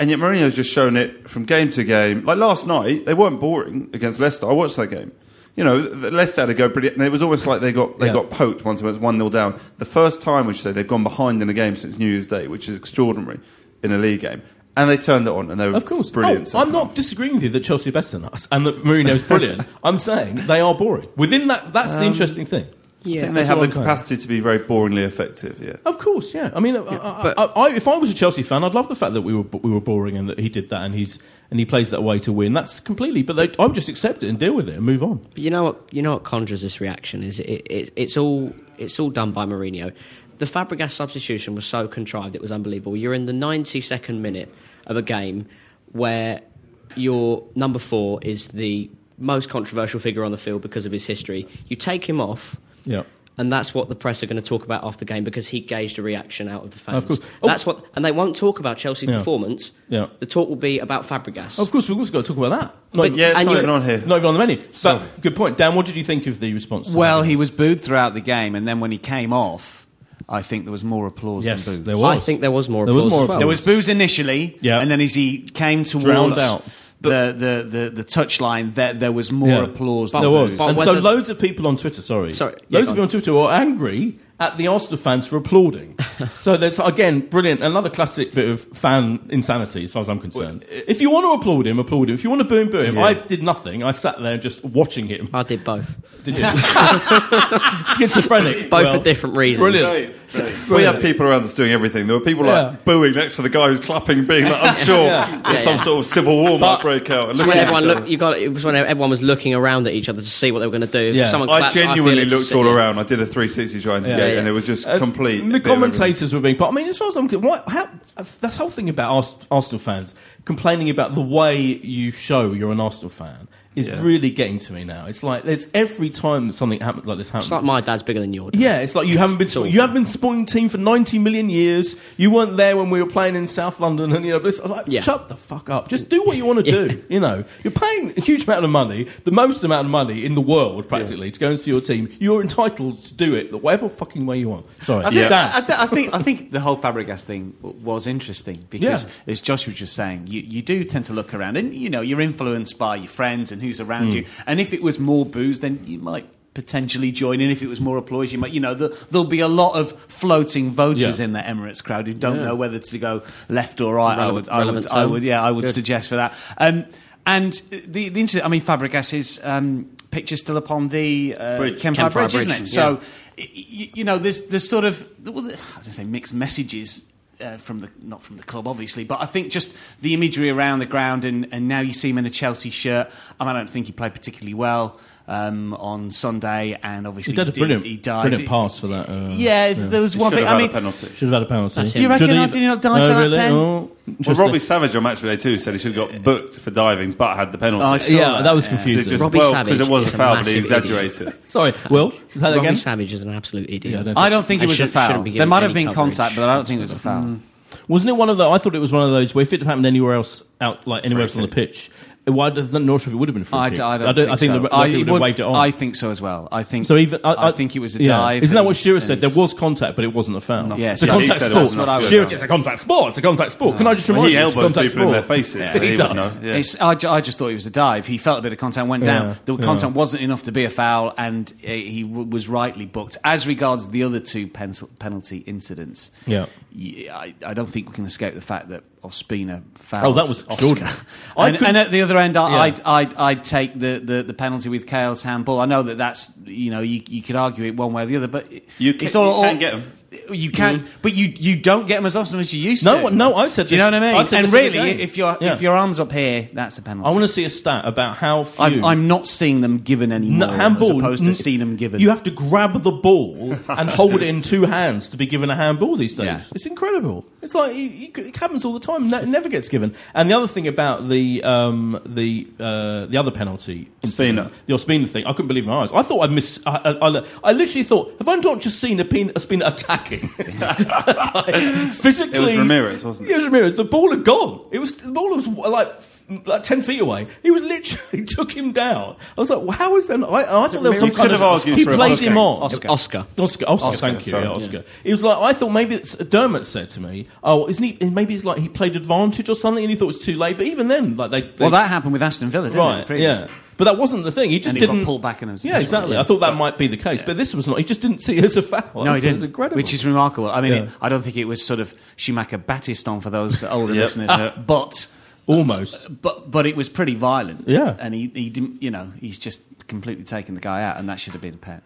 Speaker 2: and yet Mourinho's just shown it from game to game. Like last night, they weren't boring against Leicester. I watched that game. You know, th- th- Leicester had to go pretty, and it was almost like they got they
Speaker 1: Yeah.
Speaker 2: got poked once it was one 0 down. The first time, which they they've gone behind in a game since New Year's Day, which is extraordinary in a league game, and they turned it on and they were
Speaker 1: Of course.
Speaker 2: brilliant.
Speaker 1: Oh, I'm
Speaker 2: second
Speaker 1: not
Speaker 2: half.
Speaker 1: disagreeing with you that Chelsea are better than us and that Mourinho's brilliant. I'm saying they are boring. Within that, that's the interesting thing.
Speaker 2: I think
Speaker 3: Yeah.
Speaker 2: they
Speaker 1: that's
Speaker 2: have
Speaker 1: all
Speaker 2: the
Speaker 1: I'm saying.
Speaker 2: capacity to be very boringly effective. Yeah.
Speaker 1: Of course, yeah. I mean, I- I,
Speaker 3: but-
Speaker 1: I, I, if I was a Chelsea fan, I'd love the fact that we were we were boring and that he did that and he's and he plays that way to win. That's completely. But they, I would just accept it and deal with it and move on.
Speaker 3: But you know what? You know what conjures this reaction is it, it, it's all it's all done by Mourinho. The Fabregas substitution was so contrived; it was unbelievable. You're in the 92nd minute of a game where your number four is the most controversial figure on the field because of his history. You take him off.
Speaker 1: Yeah.
Speaker 3: And that's what the press are going to talk about after the game because he gauged a reaction out of the fans.
Speaker 1: Of course. Oh.
Speaker 3: That's what, and they won't talk about Chelsea's
Speaker 1: Yeah.
Speaker 3: performance.
Speaker 1: Yeah.
Speaker 3: The talk will be about Fabregas.
Speaker 1: Of course, we've also got to talk about that. Not,
Speaker 3: But-
Speaker 1: even-
Speaker 2: Yeah, it's
Speaker 3: And
Speaker 2: not
Speaker 3: you-
Speaker 2: even on here.
Speaker 1: not even on the menu.
Speaker 2: Sorry.
Speaker 1: But good point, Dan. What did you think of the response? To
Speaker 4: Well,
Speaker 1: that?
Speaker 4: he was booed throughout the game, and then when he came off, I think there was more applause
Speaker 1: yes,
Speaker 4: than boos.
Speaker 1: there was.
Speaker 3: I think there was more
Speaker 1: There was
Speaker 3: applause
Speaker 1: more
Speaker 3: as well.
Speaker 4: There was boos initially,
Speaker 1: Yeah.
Speaker 4: and then as he came towards
Speaker 1: Drowned out.
Speaker 4: the, the, the, the touchline, there, there was more
Speaker 1: Yeah.
Speaker 4: applause than
Speaker 1: There was,
Speaker 4: boos.
Speaker 3: But
Speaker 1: and so
Speaker 3: whether-
Speaker 1: loads of people on Twitter. Sorry,
Speaker 3: Sorry, yeah,
Speaker 1: loads
Speaker 3: go
Speaker 1: of people
Speaker 3: on.
Speaker 1: on Twitter were angry at the Arsenal fans for
Speaker 3: <laughs>
Speaker 1: applauding. so there's again brilliant, another classic bit of fan insanity, as far as I'm concerned. if you want to applaud him, applaud him. If you want to boo him, boo him.
Speaker 2: Yeah.
Speaker 1: I did nothing. I sat there just watching him.
Speaker 3: I did both.
Speaker 1: Did
Speaker 3: <laughs>
Speaker 1: you? Schizophrenic.
Speaker 3: Both
Speaker 1: Well,
Speaker 3: for different reasons.
Speaker 1: Brilliant.
Speaker 2: We had people around us doing everything. There were people
Speaker 1: Yeah.
Speaker 2: like booing next to the guy who's clapping, being like, I'm sure there's
Speaker 3: Yeah,
Speaker 2: some
Speaker 3: yeah.
Speaker 2: sort of civil war might
Speaker 1: But-
Speaker 2: break out. And
Speaker 3: It's
Speaker 2: looking
Speaker 3: when
Speaker 2: at
Speaker 3: everyone
Speaker 2: each
Speaker 3: looked,
Speaker 2: other.
Speaker 3: you got it was when everyone was looking around at each other to see what they were going to do. If
Speaker 1: Yeah.
Speaker 3: someone
Speaker 2: I
Speaker 3: claps,
Speaker 2: genuinely
Speaker 3: feel it's
Speaker 2: looked
Speaker 3: just-
Speaker 2: all around. I did a 360 trying to
Speaker 1: Yeah,
Speaker 2: get,
Speaker 3: yeah.
Speaker 2: and it was just
Speaker 1: Uh, The
Speaker 2: complete. bit of everything.
Speaker 1: commentators were being part. I mean, as far as I'm concerned, why- how this whole thing about Ars- Arsenal fans complaining about the way you show you're an Arsenal fan is
Speaker 2: Yeah.
Speaker 1: really getting to me now. It's like there's every time that something happens like this happens.
Speaker 3: It's like my dad's bigger than yours.
Speaker 1: yeah, it's like you haven't been supporting, you haven't been supporting the team for ninety million years. You weren't there when we were playing in South London, and you know, but it's like,
Speaker 3: Yeah.
Speaker 1: shut the fuck up. Just do what you
Speaker 3: <laughs>
Speaker 1: want to do. You know, you're paying a huge amount of money, the most amount of money in the world practically, to go and see your team. You're entitled to do it the whatever fucking way you want. Sorry,
Speaker 4: I think,
Speaker 1: Dan.
Speaker 4: I, th- I think I think the whole Fabregas thing w- was interesting because,
Speaker 1: Yeah.
Speaker 4: as Josh was just saying, you, you do tend to look around and you know you're influenced by your friends and who's around
Speaker 1: Hmm.
Speaker 4: you. And if it was more booze, then you might potentially join in. If it was more applause, you might you know the, there'll be a lot of floating voters
Speaker 1: Yeah.
Speaker 4: in the Emirates crowd who don't
Speaker 3: Yeah.
Speaker 4: know whether to go left or right.
Speaker 3: Relevant-
Speaker 4: I would, I would,
Speaker 3: relevant
Speaker 4: I
Speaker 3: term.
Speaker 4: would, yeah, I would
Speaker 3: Good.
Speaker 4: suggest for that. Um, and the the interesting, I mean, Fabregas's um, picture's still up on the uh,
Speaker 2: Bridge.
Speaker 4: Kempire
Speaker 3: Kempire
Speaker 4: Bridge, isn't it?
Speaker 3: Bridge,
Speaker 4: So
Speaker 3: yeah.
Speaker 4: y- y- you know, there's there's sort of well, I don't say mixed messages uh, from the not from the club, obviously, but I think just the imagery around the ground, and, and now you see him in a Chelsea shirt. I mean, I don't think he played particularly well um, on Sunday, and obviously
Speaker 1: He did a brilliant,
Speaker 4: he died.
Speaker 1: brilliant pass for that. Uh,
Speaker 4: Yeah, it's- there was
Speaker 2: He
Speaker 4: one
Speaker 2: should
Speaker 4: thing.
Speaker 2: have
Speaker 4: I
Speaker 2: had
Speaker 4: mean,
Speaker 2: a penalty.
Speaker 1: should have had a penalty.
Speaker 3: That's it.
Speaker 4: You
Speaker 1: Should
Speaker 4: reckon
Speaker 1: he-
Speaker 4: I did not die
Speaker 1: no,
Speaker 4: for that
Speaker 1: really?
Speaker 4: pen?
Speaker 1: Oh,
Speaker 2: Well,
Speaker 1: interesting.
Speaker 2: Robbie Savage on Match Day too said he should have got booked for diving, but had the penalty.
Speaker 4: Oh, I saw
Speaker 1: yeah, that was
Speaker 4: Yeah.
Speaker 2: Is it
Speaker 1: confusing.
Speaker 2: just,
Speaker 3: Robbie
Speaker 2: well,
Speaker 3: Savage
Speaker 2: because it was a
Speaker 3: is a
Speaker 2: foul, but he
Speaker 3: massive idiot.
Speaker 2: exaggerated.
Speaker 1: Sorry, Will. Is that
Speaker 3: Robbie
Speaker 1: again?
Speaker 3: Savage is an absolute idiot.
Speaker 1: Yeah, I don't
Speaker 4: I don't think it
Speaker 3: And
Speaker 4: was a
Speaker 3: should-
Speaker 4: foul.
Speaker 3: shouldn't be
Speaker 4: There
Speaker 3: given
Speaker 4: might have
Speaker 3: any
Speaker 4: been
Speaker 3: coverage.
Speaker 4: contact, but I don't think it was a foul.
Speaker 1: Wasn't it one of the? I thought it was one of those where if it had happened anywhere else out, like anywhere else on the pitch, it Well, I'm not sure if it would have been a free
Speaker 4: I,
Speaker 1: kick.
Speaker 4: d- I don't, think,
Speaker 1: I think
Speaker 4: so.
Speaker 1: the
Speaker 4: I
Speaker 1: referee would have
Speaker 4: would-
Speaker 1: waved it on.
Speaker 4: I think so as well. I think
Speaker 1: so even
Speaker 4: I, think it was a
Speaker 1: yeah.
Speaker 4: dive.
Speaker 1: Isn't that what
Speaker 4: and-
Speaker 1: Shearer said?
Speaker 4: and-
Speaker 1: There was contact, but it wasn't a foul.
Speaker 4: Yeah,
Speaker 1: it's a
Speaker 4: so he
Speaker 1: contact
Speaker 4: said it
Speaker 1: sport.
Speaker 4: was not a foul.
Speaker 1: Shearer, it's a contact sport. It's a contact sport. Can I just
Speaker 2: Well,
Speaker 1: remind
Speaker 2: he
Speaker 1: you? It's a
Speaker 2: elbows
Speaker 1: contact
Speaker 2: people
Speaker 1: sport.
Speaker 2: in their faces. so
Speaker 1: he
Speaker 2: he would
Speaker 1: does.
Speaker 2: know. Yeah.
Speaker 4: It's, I, ju- I just thought it was a dive. He felt a bit of contact, went
Speaker 1: Yeah,
Speaker 4: down. The
Speaker 1: yeah.
Speaker 4: contact wasn't enough to be a foul, and uh, he w- was rightly booked. As regards the other two pencil, penalty incidents,
Speaker 1: Yeah.
Speaker 4: y- I, I don't think we can escape the fact that Ospina
Speaker 1: Oh,
Speaker 4: fouled.
Speaker 1: that was
Speaker 4: Oscar.
Speaker 1: extraordinary. I
Speaker 4: <laughs> and,
Speaker 1: couldn't-
Speaker 4: and at the other end, I,
Speaker 1: Yeah.
Speaker 4: I'd, I'd, I'd take the, the, the penalty with Kale's handball. I know that that's you know you, you could argue it one way or the other, but
Speaker 2: You can-
Speaker 4: it's all,
Speaker 2: you can
Speaker 4: all-
Speaker 2: get 'em.
Speaker 4: You can, but you you don't get them as often as you used
Speaker 1: Mm-hmm. No,
Speaker 4: to.
Speaker 1: no, I said
Speaker 4: Do you
Speaker 1: this-
Speaker 4: know what I
Speaker 1: I
Speaker 4: mean?
Speaker 1: said
Speaker 4: and
Speaker 1: this in the
Speaker 4: really,
Speaker 1: game.
Speaker 4: if your
Speaker 1: Yeah.
Speaker 4: if your arms up here, that's a penalty.
Speaker 1: I want to see a stat about how few.
Speaker 4: I'm, I'm not seeing them given anymore,
Speaker 1: No, handball,
Speaker 4: as opposed
Speaker 1: n-
Speaker 4: to seeing them given.
Speaker 1: You have to grab the ball and hold it in two hands to be given a handball these days.
Speaker 4: Yeah.
Speaker 1: It's incredible. It's like you- you- it happens all the time. and that never gets given. And the other thing about the um, the uh, the other penalty, incident,
Speaker 2: Ospina.
Speaker 1: the Ospina thing, I couldn't believe my eyes. I thought I miss. I, I, I, I literally thought, have I not just seen a Ospina, Ospina attacking? <laughs> Like, physically,
Speaker 2: It was Ramirez, wasn't it?
Speaker 1: Yeah, it was Ramirez. The ball had gone. It was the ball was like. f- Like ten feet away, he was literally <laughs> took him down. I was like, well, "How is that?" not- I, I thought there was some
Speaker 2: You
Speaker 1: kind
Speaker 2: could
Speaker 1: of
Speaker 2: have argued
Speaker 1: he
Speaker 2: for a
Speaker 1: played
Speaker 2: Oscar.
Speaker 1: him on
Speaker 3: Oscar. Oscar.
Speaker 1: Oscar, Oscar, thank you,
Speaker 2: sorry.
Speaker 1: yeah, Oscar. He was like, I thought maybe it's, Dermot said to me, "Oh, isn't he? Maybe it's like he played advantage or something, and he thought it was too late." But even then, like they, they
Speaker 4: well, that happened with Aston Villa, didn't
Speaker 1: right,
Speaker 4: it? previous?
Speaker 1: yeah. But that wasn't the thing. He just
Speaker 4: And he got
Speaker 1: didn't
Speaker 4: pulled back and it was-
Speaker 1: yeah, exactly. I thought that might be the case, but this was not. He just didn't see it as a foul. I
Speaker 4: No, he
Speaker 1: thought It
Speaker 4: didn't.
Speaker 1: was incredible.
Speaker 4: Which is remarkable. I mean,
Speaker 1: Yeah.
Speaker 4: it- I don't think it was sort of Schumacher Battiston for
Speaker 1: <laughs>
Speaker 4: those older
Speaker 1: Yep.
Speaker 4: listeners, uh, but
Speaker 1: almost.
Speaker 4: but but it was pretty violent.
Speaker 1: Yeah.
Speaker 4: and he, he didn't. You know, he's just completely taken the guy out, and that should have been a pen.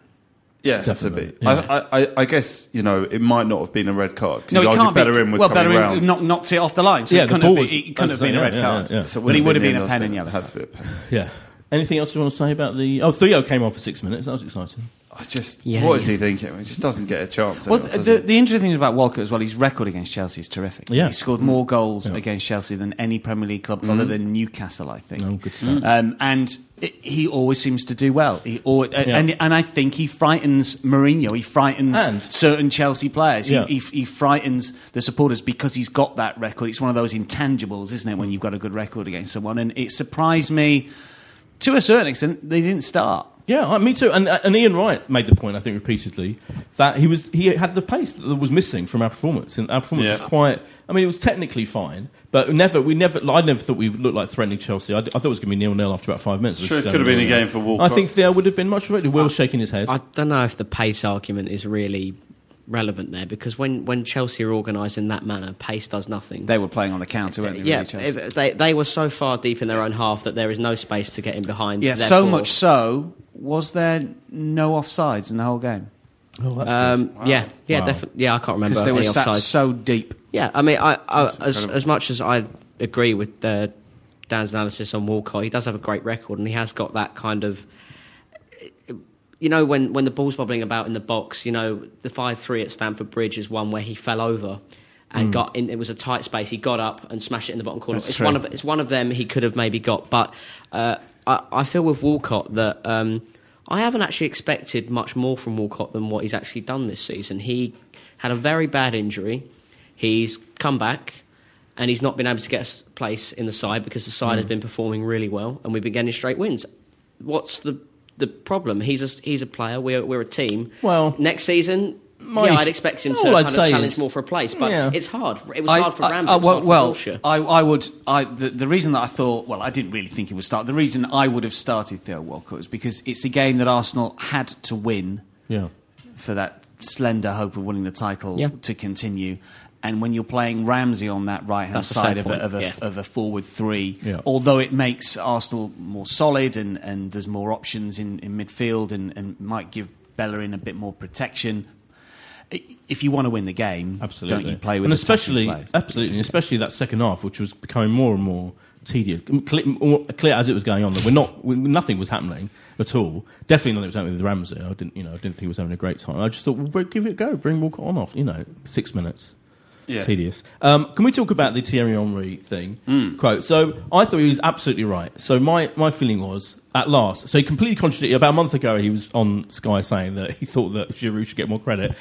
Speaker 2: Yeah,
Speaker 1: Definitely,
Speaker 2: definitely. I, I, I- I guess you know it might not have been a red card. 'cause
Speaker 4: No,
Speaker 2: you'd
Speaker 4: it
Speaker 2: argue
Speaker 4: can't be.
Speaker 2: Bellerin was
Speaker 4: well,
Speaker 2: coming
Speaker 4: Bellerin
Speaker 2: round.
Speaker 4: knock- knocked it off the line, so
Speaker 1: Yeah,
Speaker 4: it
Speaker 1: the
Speaker 4: couldn't, have
Speaker 1: ball
Speaker 4: been,
Speaker 1: was-
Speaker 4: it couldn't
Speaker 1: that's
Speaker 4: have been
Speaker 1: the-
Speaker 4: a red
Speaker 1: yeah,
Speaker 4: card.
Speaker 1: yeah, yeah. So it
Speaker 4: but he would have been
Speaker 2: in
Speaker 4: a
Speaker 2: those
Speaker 4: pen and
Speaker 2: days.
Speaker 4: yellow.
Speaker 2: Had to be a pen.
Speaker 1: Yeah. Anything else you want to say about the? Oh, Theo came on for six minutes. That was exciting.
Speaker 2: I just
Speaker 3: Yeah,
Speaker 2: what is
Speaker 3: yeah.
Speaker 2: he thinking? He just doesn't get a chance.
Speaker 4: Well,
Speaker 2: anymore, does
Speaker 4: the,
Speaker 2: he?
Speaker 4: the interesting thing about Walcott as well, his record against Chelsea is terrific.
Speaker 1: Yeah. Mm.
Speaker 4: He scored more goals against Chelsea than any Premier League club other than Newcastle, I think.
Speaker 1: Oh, good stuff.
Speaker 4: Um, and it, he always seems to do well. He always,
Speaker 1: Yeah.
Speaker 4: and, and I think he frightens Mourinho. He frightens
Speaker 1: And-
Speaker 4: certain Chelsea players. He-
Speaker 1: Yeah.
Speaker 4: He, he, frightens the supporters because he's got that record. It's one of those intangibles, isn't it, when you've got a good record against someone? And it surprised me to a certain extent they didn't start.
Speaker 1: Yeah, I- me too. And, and Ian Wright made the point, I think, repeatedly that he was he had the pace that was missing from our performance, and our performance
Speaker 2: Yeah.
Speaker 1: was quite. I mean, it was technically fine, but never we never. I never thought we looked like threatening Chelsea. I, I thought it was going to be nil nil after about five minutes.
Speaker 2: Sure, it
Speaker 1: which,
Speaker 2: could have
Speaker 1: um,
Speaker 2: been a game for Walcott.
Speaker 1: I think Theo would have been much better. Will shaking his head.
Speaker 3: I don't know if the pace argument is really relevant there because when, when Chelsea are organised in that manner, pace does nothing.
Speaker 4: They were playing on the counter, weren't they?
Speaker 3: yeah,
Speaker 4: really, Chelsea?
Speaker 3: if- they, they were so far deep in their own half that there is no space to get in behind.
Speaker 4: Yeah, so
Speaker 3: Therefore-
Speaker 4: much so, was there no offsides in the whole game?
Speaker 1: oh, that's
Speaker 3: Um, Yeah, yeah,
Speaker 1: Wow.
Speaker 3: definitely. Yeah, I can't remember.
Speaker 4: Because they were
Speaker 3: any
Speaker 4: sat
Speaker 3: offsides.
Speaker 4: so deep.
Speaker 3: Yeah, I mean, I, I as,
Speaker 2: incredible.
Speaker 3: as much as I agree with uh, Dan's analysis on Walcott, he does have a great record and he has got that kind of. You know, when, when the ball's bobbling about in the box, you know, the 5 3 at Stamford Bridge is one where he fell over and got in. It was a tight space. He got up and smashed it in the bottom corner.
Speaker 4: Mm. That's
Speaker 3: it's,
Speaker 4: true.
Speaker 3: one of, it's one of them he could have maybe got. But uh, I, I feel with Walcott that um, I haven't actually expected much more from Walcott than what he's actually done this season. He had a very bad injury. He's come back and he's not been able to get a s- place in the side because the side
Speaker 1: Mm.
Speaker 3: has been performing really well and we've been getting straight wins. What's the the problem? He's a, s- he's a player, we're, we're a team.
Speaker 1: Well-
Speaker 3: next season,
Speaker 1: My
Speaker 3: yeah,
Speaker 1: sh-
Speaker 3: I'd expect him to
Speaker 1: all
Speaker 3: kind
Speaker 1: I'd
Speaker 3: of
Speaker 1: say
Speaker 3: challenge
Speaker 1: is-
Speaker 3: more for a place, but
Speaker 1: Yeah.
Speaker 3: it's hard. It was
Speaker 4: I-
Speaker 3: hard for
Speaker 4: I-
Speaker 3: Ramsey.
Speaker 4: I-
Speaker 3: it was
Speaker 4: well,
Speaker 3: hard for
Speaker 4: well,
Speaker 3: Wilshere.
Speaker 4: I, I would. I, the, the reason that I thought, well, I didn't really think he would start. The reason I would have started Theo Walcott is because it's a game that Arsenal had to win
Speaker 1: yeah.
Speaker 4: for that slender hope of winning the title
Speaker 3: Yeah.
Speaker 4: to continue. And when you're playing Ramsey on that right hand
Speaker 3: That's a fair
Speaker 4: side of a,
Speaker 3: point,
Speaker 4: of, a,
Speaker 3: yeah.
Speaker 4: of a forward three,
Speaker 1: Yeah.
Speaker 4: although it makes Arsenal more solid and, and there's more options in, in midfield and, and might give Bellerin a bit more protection. i- If you want to win the game,
Speaker 1: Absolutely.
Speaker 4: don't you play with
Speaker 1: and
Speaker 4: attacking
Speaker 1: especially
Speaker 4: players?
Speaker 1: absolutely, and especially that second half, which was becoming more and more tedious, clear, more clear as it was going on. That we're not, we, nothing was happening at all. Definitely nothing was happening with Ramsey. I didn't, you know, I didn't think he was having a great time. I just thought, well, give it a go, bring Walcott on off. You know, six minutes
Speaker 2: yeah.
Speaker 1: tedious. Um, can we talk about the Thierry Henry thing? Quote. So I thought he was absolutely right. So my, my feeling was at last. So he completely contradicted. About a month ago, he was on Sky saying that he thought that Giroud should get more credit.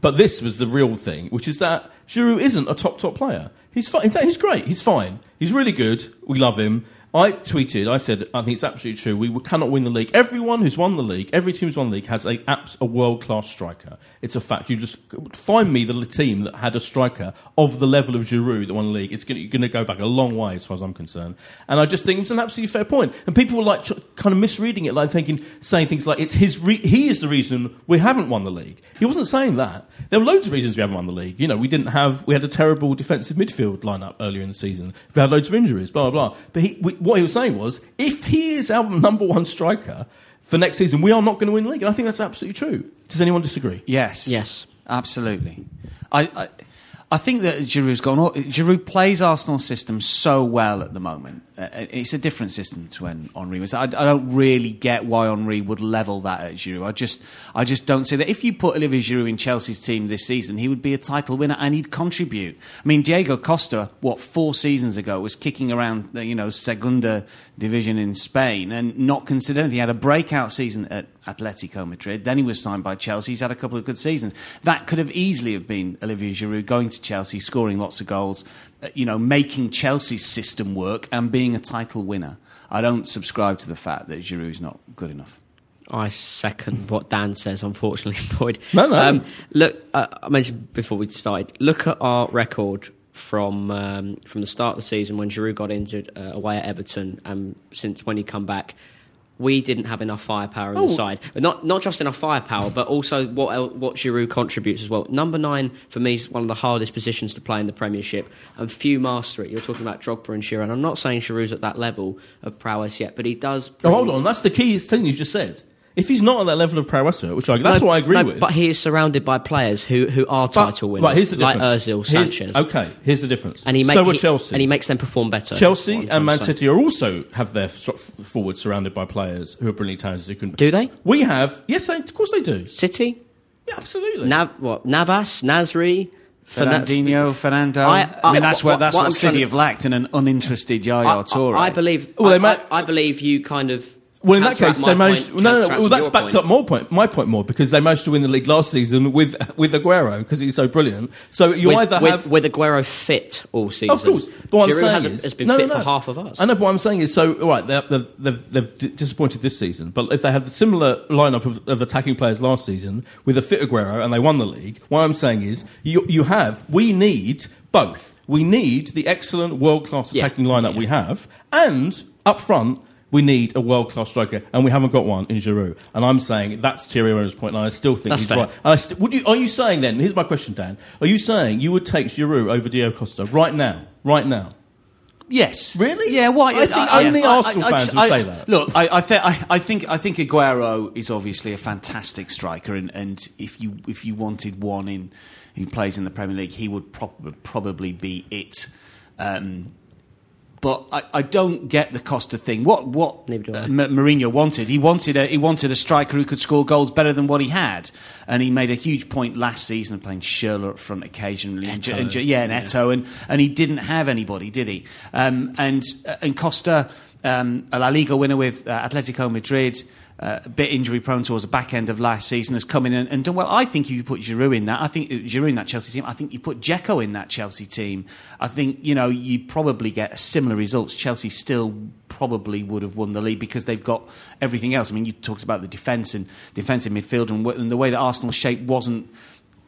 Speaker 1: But this was the real thing, which is that Giroud isn't a top top player. He's fine. He's great. He's fine. He's really good. We love him. I tweeted, I said, I think it's absolutely true. We cannot win the league. Everyone who's won the league, every team who's won the league has a, abs- a world class striker. It's a fact. You just find me the team that had a striker of the level of Giroud that won the league. It's going to go back a long way as far as I'm concerned. And I just think it's an absolutely fair point. And people were like, ch- kind of misreading it, like thinking, saying things like, it's his re- he is the reason we haven't won the league. He wasn't saying that. There were loads of reasons we haven't won the league. You know, we didn't have, we had a terrible defensive midfield lineup earlier in the season. We had loads of injuries, blah, blah, blah. But he, we, what he was saying was, if he is our number one striker for next season, we are not going to win the league. And I think that's absolutely true. Does anyone disagree?
Speaker 4: Yes.
Speaker 3: Yes.
Speaker 4: Absolutely. I, I, I think that Giroud's gone. Giroud plays Arsenal's system so well at the moment. Uh, it's a different system to when Henri was. I, I don't really get why Henri would level that at Giroud. I just, I just don't see that. If you put Olivier Giroud in Chelsea's team this season, he would be a title winner and he'd contribute. I mean, Diego Costa, what four seasons ago, was kicking around, the, you know, Segunda division in Spain and not considered anything. He had a breakout season at Atletico Madrid. Then he was signed by Chelsea. He's had a couple of good seasons. That could have easily have been Olivier Giroud going to Chelsea, scoring lots of goals, uh, you know, making Chelsea's system work and being a title winner. I don't subscribe to the fact that Giroud's not good enough.
Speaker 3: I second what Dan says, unfortunately, <laughs> Boyd.
Speaker 1: No, no.
Speaker 3: look, uh, I mentioned before we started, look at our record from um, from the start of the season when Giroud got injured uh, away at Everton and since when he come back. We didn't have enough firepower
Speaker 1: Oh.
Speaker 3: on the side, but not not just enough firepower, but also what el- what Giroud contributes as well. Number nine for me is one of the hardest positions to play in the Premiership, and few master it. You're talking about Drogba and Shearer, and I'm not saying Giroud's at that level of prowess yet, but he does.
Speaker 1: Oh,
Speaker 3: bring-
Speaker 1: hold on. That's the key thing you just said. If he's not at that level of prowess, which I, that's
Speaker 3: No,
Speaker 1: what I agree
Speaker 3: no,
Speaker 1: with.
Speaker 3: But he is surrounded by players who, who are
Speaker 1: But-
Speaker 3: title winners,
Speaker 1: Right, here's the
Speaker 3: like
Speaker 1: difference.
Speaker 3: Ozil,
Speaker 1: Here's-
Speaker 3: Sanchez,
Speaker 1: okay, here's the difference.
Speaker 3: and he, make,
Speaker 1: so were
Speaker 3: he-
Speaker 1: Chelsea.
Speaker 3: and he makes them perform better. That's
Speaker 1: Chelsea
Speaker 3: what I'm
Speaker 1: and Man
Speaker 3: trying to say.
Speaker 1: City are also have their s- forwards surrounded by players who are brilliant talents. Who can
Speaker 3: Do they?
Speaker 1: We have. Yes, they, of course they do.
Speaker 3: City,
Speaker 1: Yeah, absolutely.
Speaker 3: Nav, what Navas, Nasri, Fernan-
Speaker 4: Fernandinho, Fernando.
Speaker 3: I-
Speaker 4: I,
Speaker 3: I-
Speaker 4: mean, that's
Speaker 3: what-
Speaker 4: what, that's
Speaker 3: what
Speaker 4: what,
Speaker 3: I'm trying
Speaker 4: City
Speaker 3: to-
Speaker 4: have lacked in an uninterested Yaya
Speaker 3: I,
Speaker 4: Toure.
Speaker 3: I, I believe.
Speaker 1: Well,
Speaker 3: I,
Speaker 1: they ma-
Speaker 3: I, I believe you kind of.
Speaker 1: Well, in that
Speaker 3: counteract
Speaker 1: case,
Speaker 3: my
Speaker 1: they managed.
Speaker 3: point,
Speaker 1: no, no, no.
Speaker 3: counteract
Speaker 1: Well,
Speaker 3: your
Speaker 1: that backs
Speaker 3: point.
Speaker 1: up more point, my point more because they managed to win the league last season with with Aguero because he's so brilliant. So you
Speaker 3: With,
Speaker 1: either
Speaker 3: with,
Speaker 1: have
Speaker 3: with Aguero fit all season,
Speaker 1: Of course, but what I'm
Speaker 3: Giroud
Speaker 1: saying
Speaker 3: hasn't,
Speaker 1: is,
Speaker 3: has been
Speaker 1: no,
Speaker 3: fit
Speaker 1: no, no.
Speaker 3: for half of us.
Speaker 1: I know, but what I'm saying is, so all right, they're- they've, they've, they've d- disappointed this season. But if they had the similar lineup of, of attacking players last season with a fit Aguero and they won the league, what I'm saying is, you, you have we need both. We need the excellent world class
Speaker 3: Yeah.
Speaker 1: attacking lineup we have, and up front. We need a world class striker, and we haven't got one in Giroud. And I'm saying that's Thierry Henry's point, and I still think
Speaker 3: That's
Speaker 1: he's
Speaker 3: fair.
Speaker 1: right. And I st- would you, are you saying then? Here's my question, Dan. Are you saying you would take Giroud over Diogo Costa right now? Right now?
Speaker 4: Yes.
Speaker 1: Really?
Speaker 4: Yeah. Why?
Speaker 1: I think only Arsenal fans would say that.
Speaker 4: Look, I, I, th- I, I think I think Aguero is obviously a fantastic striker, and, and if you if you wanted one in who plays in the Premier League, he would prob- probably be it. Um, but I, I don't get the Costa thing. What what
Speaker 3: Neither do I.
Speaker 4: uh, Ma- Mourinho wanted. He wanted a he wanted a striker who could score goals better than what he had, and he made a huge point last season of playing Schürrle up front occasionally. And, Ju- and Ju- yeah, and Eto, and and he didn't have anybody, did he? Um, and and Costa, um, a La Liga winner with uh, Atletico Madrid. Uh, a bit injury prone towards the back end of last season has come in and, and done well. I think if you put Giroud in that, I think uh, Giroud in that Chelsea team. I think you put Jeko in that Chelsea team. I think you know you'd probably get similar results. Chelsea still probably would have won the league because they've got everything else. I mean, you talked about the defence and defensive midfield and, wh- and the way that Arsenal's shape wasn't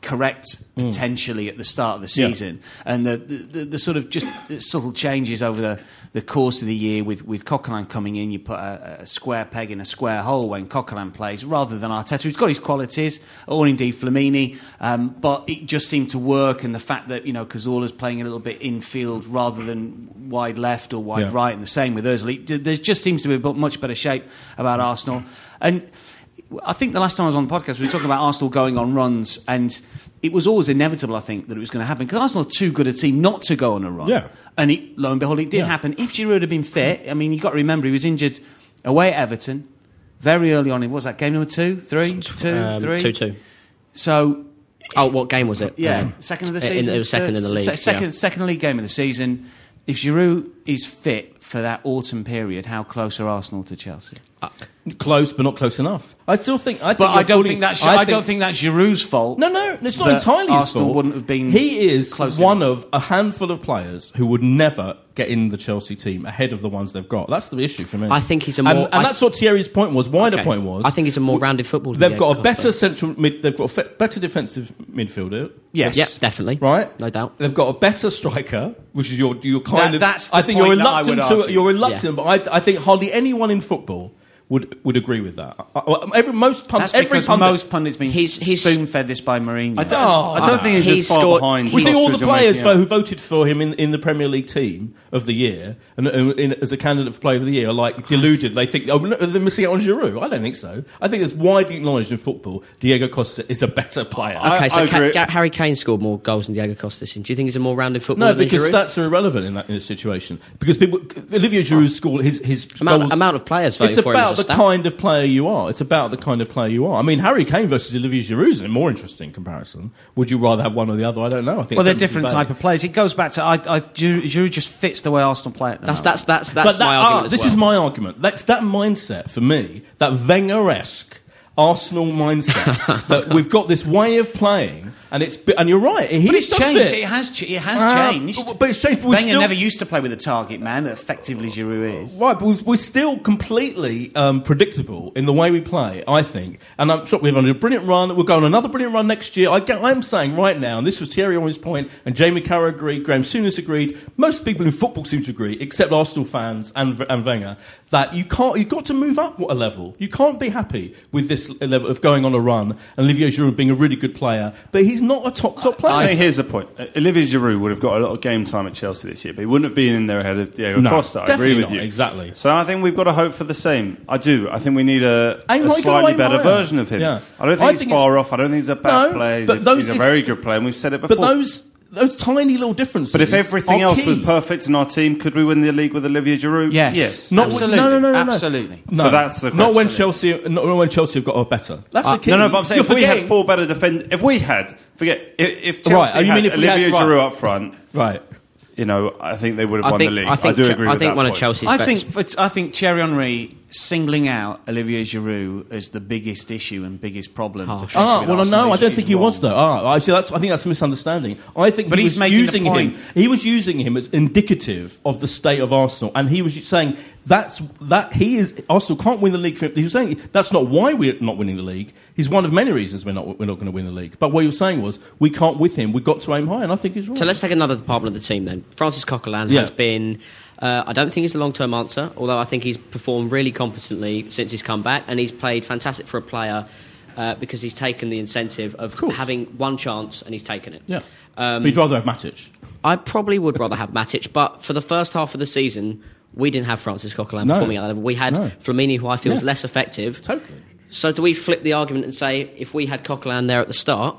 Speaker 4: correct potentially at the start of the
Speaker 1: Yeah.
Speaker 4: season and the, the, the, the sort of just subtle changes over the, the course of the year with, with Coquelin coming in you put a, a square peg in a square hole when Coquelin plays rather than Arteta who's got his qualities or indeed Flamini um, but it just seemed to work and the fact that you know Cazorla's playing a little bit infield rather than wide left or wide
Speaker 1: Yeah.
Speaker 4: right and the same with Özil D- there just seems to be a bu- much better shape about Arsenal and I think the last time I was on the podcast, we were talking about Arsenal going on runs, and it was always inevitable, I think, that it was going to happen because Arsenal are too good a team not to go on a run.
Speaker 1: Yeah.
Speaker 4: And it, lo and behold, it did
Speaker 1: Yeah.
Speaker 4: happen. If Giroud had been fit, I mean, you've got to remember he was injured away at Everton very early on. in- What was that game number two, three, two,
Speaker 3: Um,
Speaker 4: three?
Speaker 3: two-two.
Speaker 4: So
Speaker 3: Oh, what game was it?
Speaker 4: yeah,
Speaker 3: Um,
Speaker 4: second of the
Speaker 3: in-
Speaker 4: season.
Speaker 3: it was second in the
Speaker 4: Se-
Speaker 3: league. yeah.
Speaker 4: second, second league game of the season. If Giroud is fit for that autumn period, how close are Arsenal to Chelsea?
Speaker 1: Close, but not close enough. I still think. I think
Speaker 4: But I
Speaker 1: you're
Speaker 4: don't
Speaker 1: fully-
Speaker 4: think that's I, don't think that's Giroud's fault.
Speaker 1: No, no, it's not
Speaker 4: that
Speaker 1: entirely his
Speaker 4: Arsenal
Speaker 1: fault.
Speaker 4: wouldn't have been
Speaker 1: He is
Speaker 4: close
Speaker 1: one of a handful of players who would never get in the Chelsea team ahead of the ones they've got. That's the issue for me.
Speaker 3: I think he's a
Speaker 1: and,
Speaker 3: more-
Speaker 1: and
Speaker 3: I-
Speaker 1: that's what Thierry's point was. Wider
Speaker 3: Okay.
Speaker 1: point was.
Speaker 3: I think he's a more rounded footballer than
Speaker 1: They've got
Speaker 3: Diego
Speaker 1: a better
Speaker 3: Costa.
Speaker 1: central mid. They've got a fe- better defensive midfielder.
Speaker 4: Yes.
Speaker 3: Yep, definitely.
Speaker 1: Right, Uh,
Speaker 3: No doubt.
Speaker 1: They've got a better striker, which is your your kind
Speaker 4: That-
Speaker 1: of.
Speaker 4: that's the
Speaker 1: I think
Speaker 4: point
Speaker 1: you're
Speaker 4: that I would
Speaker 1: reluctant
Speaker 4: argue.
Speaker 1: to. You're reluctant, but I, I think hardly anyone in football would would agree with that. I- I- every, most pundits,
Speaker 4: That's
Speaker 1: every
Speaker 4: because
Speaker 1: pundit,
Speaker 4: most pundits been
Speaker 3: He's- he's-
Speaker 4: spoon fed this by Mourinho.
Speaker 2: I don't, I
Speaker 1: Oh,
Speaker 2: don't think he's
Speaker 3: he
Speaker 2: as far
Speaker 3: scored-
Speaker 2: behind.
Speaker 1: We
Speaker 3: We
Speaker 2: as
Speaker 1: think all the
Speaker 2: you're making
Speaker 1: players
Speaker 2: out.
Speaker 1: though, who voted for him in, in the Premier League team of the year and, and, in- as a candidate for player of the year are like deluded. They think oh, no, they're missing out on Giroud. I don't think so. I think it's widely acknowledged in football Diego Costa is a better player.
Speaker 2: I-
Speaker 3: Okay, so
Speaker 2: I
Speaker 3: Ca-
Speaker 2: agree.
Speaker 3: Ga- Harry Kane scored more goals than Diego Costa this year. Do you think he's a more rounded footballer
Speaker 1: no,
Speaker 3: than
Speaker 1: because
Speaker 3: Giroud?
Speaker 1: stats are irrelevant in that in this situation. Because people, Olivier Giroud's score, his his
Speaker 3: Oh. Amount-
Speaker 1: goals-
Speaker 3: amount of players voted
Speaker 1: It's
Speaker 3: for him
Speaker 1: about
Speaker 3: as a
Speaker 1: the
Speaker 3: stat.
Speaker 1: kind of player you are. It's about the kind of player you are. I mean, Harry Kane versus Olivier Giroud is a more interesting comparison. Would you rather have one or the other? I don't know. I think it's
Speaker 4: well, they're
Speaker 1: open
Speaker 4: different
Speaker 1: debate.
Speaker 4: type of players. It goes back to I, I, Giroud Giroud just fits the way Arsenal play it.
Speaker 3: That's, that's, that's, that's
Speaker 1: that-
Speaker 3: my
Speaker 1: ah,
Speaker 3: argument as
Speaker 1: this
Speaker 3: well.
Speaker 1: is my argument. That's that mindset for me. That Wenger-esque Arsenal
Speaker 3: <laughs>
Speaker 1: mindset. that we've got this way of playing, and it's bi- and you're right. He
Speaker 4: But it's
Speaker 1: does
Speaker 4: changed. It.
Speaker 1: It.
Speaker 4: has. Ch- it has
Speaker 1: Ah,
Speaker 4: changed.
Speaker 1: but- but it's changed, but we
Speaker 4: Wenger
Speaker 1: still-
Speaker 4: never used to play with a target man. that Effectively, Giroud is.
Speaker 1: Right, but we've, we're still completely um, predictable in the way we play, I think. And I'm sure we've had a brilliant run. We'll go on another brilliant run next year. I, get- I'm saying right now, and this was Thierry Henry's point, and Jamie Carragher agreed, Graham Souness agreed, most people in football seem to agree, except Arsenal fans and, and Wenger, that you can't, you've got to move up a level. You can't be happy with this level of going on a run and Olivier Giroud being a really good player, but he's not a top, top player.
Speaker 2: I think here's the point. Uh, Olivier Giroud would have got a lot of game time at Chelsea this year, but he wouldn't have been in there ahead of Diego
Speaker 1: No,
Speaker 2: Costa. I
Speaker 1: definitely
Speaker 2: agree with
Speaker 1: not,
Speaker 2: you.
Speaker 1: exactly.
Speaker 2: So I think we've got to hope for the same. I do. I think we need a,
Speaker 1: And
Speaker 2: a
Speaker 1: Roy
Speaker 2: slightly
Speaker 1: Godoy
Speaker 2: better
Speaker 1: Maia.
Speaker 2: version of him.
Speaker 1: Yeah.
Speaker 2: I don't
Speaker 1: I
Speaker 2: think he's
Speaker 1: think
Speaker 2: far
Speaker 1: it's-
Speaker 2: off. I don't think he's a bad
Speaker 1: No,
Speaker 2: player. He's,
Speaker 1: but
Speaker 2: a,
Speaker 1: those-
Speaker 2: he's a
Speaker 1: if-
Speaker 2: very good player, and we've said it before.
Speaker 1: but those, those tiny little differences.
Speaker 2: But if everything
Speaker 1: are
Speaker 2: else was
Speaker 1: key.
Speaker 2: perfect in our team, could we win the league with Olivier Giroud?
Speaker 4: Yes.
Speaker 2: Yes.
Speaker 1: Not
Speaker 4: Absolutely.
Speaker 1: No, no, no, no, no.
Speaker 4: Absolutely.
Speaker 1: No.
Speaker 2: So that's the
Speaker 1: Not when
Speaker 2: question.
Speaker 1: Chelsea, not when Chelsea have got a better. That's the key.
Speaker 2: Uh, No, no, but I'm saying
Speaker 1: You're
Speaker 2: if we had
Speaker 1: forgetting-
Speaker 2: four better defenders, if we had, forget, if, if Chelsea
Speaker 1: Right, oh, you
Speaker 2: had
Speaker 1: mean if we had-
Speaker 2: Olivier
Speaker 1: right.
Speaker 2: Giroud up front,
Speaker 1: Right.
Speaker 2: you know, I think they would have
Speaker 3: I
Speaker 2: won
Speaker 3: think,
Speaker 2: the league.
Speaker 3: I, think
Speaker 2: do
Speaker 3: Che-
Speaker 2: agree
Speaker 3: I
Speaker 2: with
Speaker 3: think
Speaker 2: that
Speaker 3: one
Speaker 2: point.
Speaker 3: of Chelsea's
Speaker 4: I
Speaker 3: best-
Speaker 4: think for, I think Thierry Henry singling out Olivier Giroud as the biggest issue and biggest problem.
Speaker 3: Harsh.
Speaker 4: potentially
Speaker 1: Ah,
Speaker 4: with
Speaker 1: well,
Speaker 4: Arsenal
Speaker 1: no, I
Speaker 4: is-
Speaker 1: don't
Speaker 4: is
Speaker 1: think he
Speaker 4: wrong.
Speaker 1: was though. Ah, actually, that's, I think that's a misunderstanding. I think
Speaker 4: But
Speaker 1: he
Speaker 4: he's
Speaker 1: was
Speaker 4: making the
Speaker 1: using
Speaker 4: point.
Speaker 1: him. He was using him as indicative of the state of Arsenal, and he was saying that's that he is Arsenal can't win the league. For, he was saying that's not why we're not winning the league. He's one of many reasons we're not we're not going to win the league. But what he was saying was we can't with him. We've got to aim high, and I think he's right.
Speaker 3: So let's take another department of the team then. Francis Coquelin
Speaker 1: Yeah.
Speaker 3: has been. Uh, I don't think he's the long term answer, although I think he's performed really competently since he's come back, and he's played fantastic for a player uh, because he's taken the incentive of,
Speaker 1: course.
Speaker 3: having one chance and he's taken it.
Speaker 1: yeah,
Speaker 2: Um,
Speaker 1: but you'd rather have Matic.
Speaker 3: I probably would rather have Matic, but for the first half of the season, we didn't have Francis Coquelin
Speaker 1: No.
Speaker 3: performing at that level. We had
Speaker 1: No.
Speaker 3: Flamini, who I feel is
Speaker 1: Yes.
Speaker 3: less effective.
Speaker 1: Totally.
Speaker 3: So do we flip the argument and say if we had Coquelin there at the start,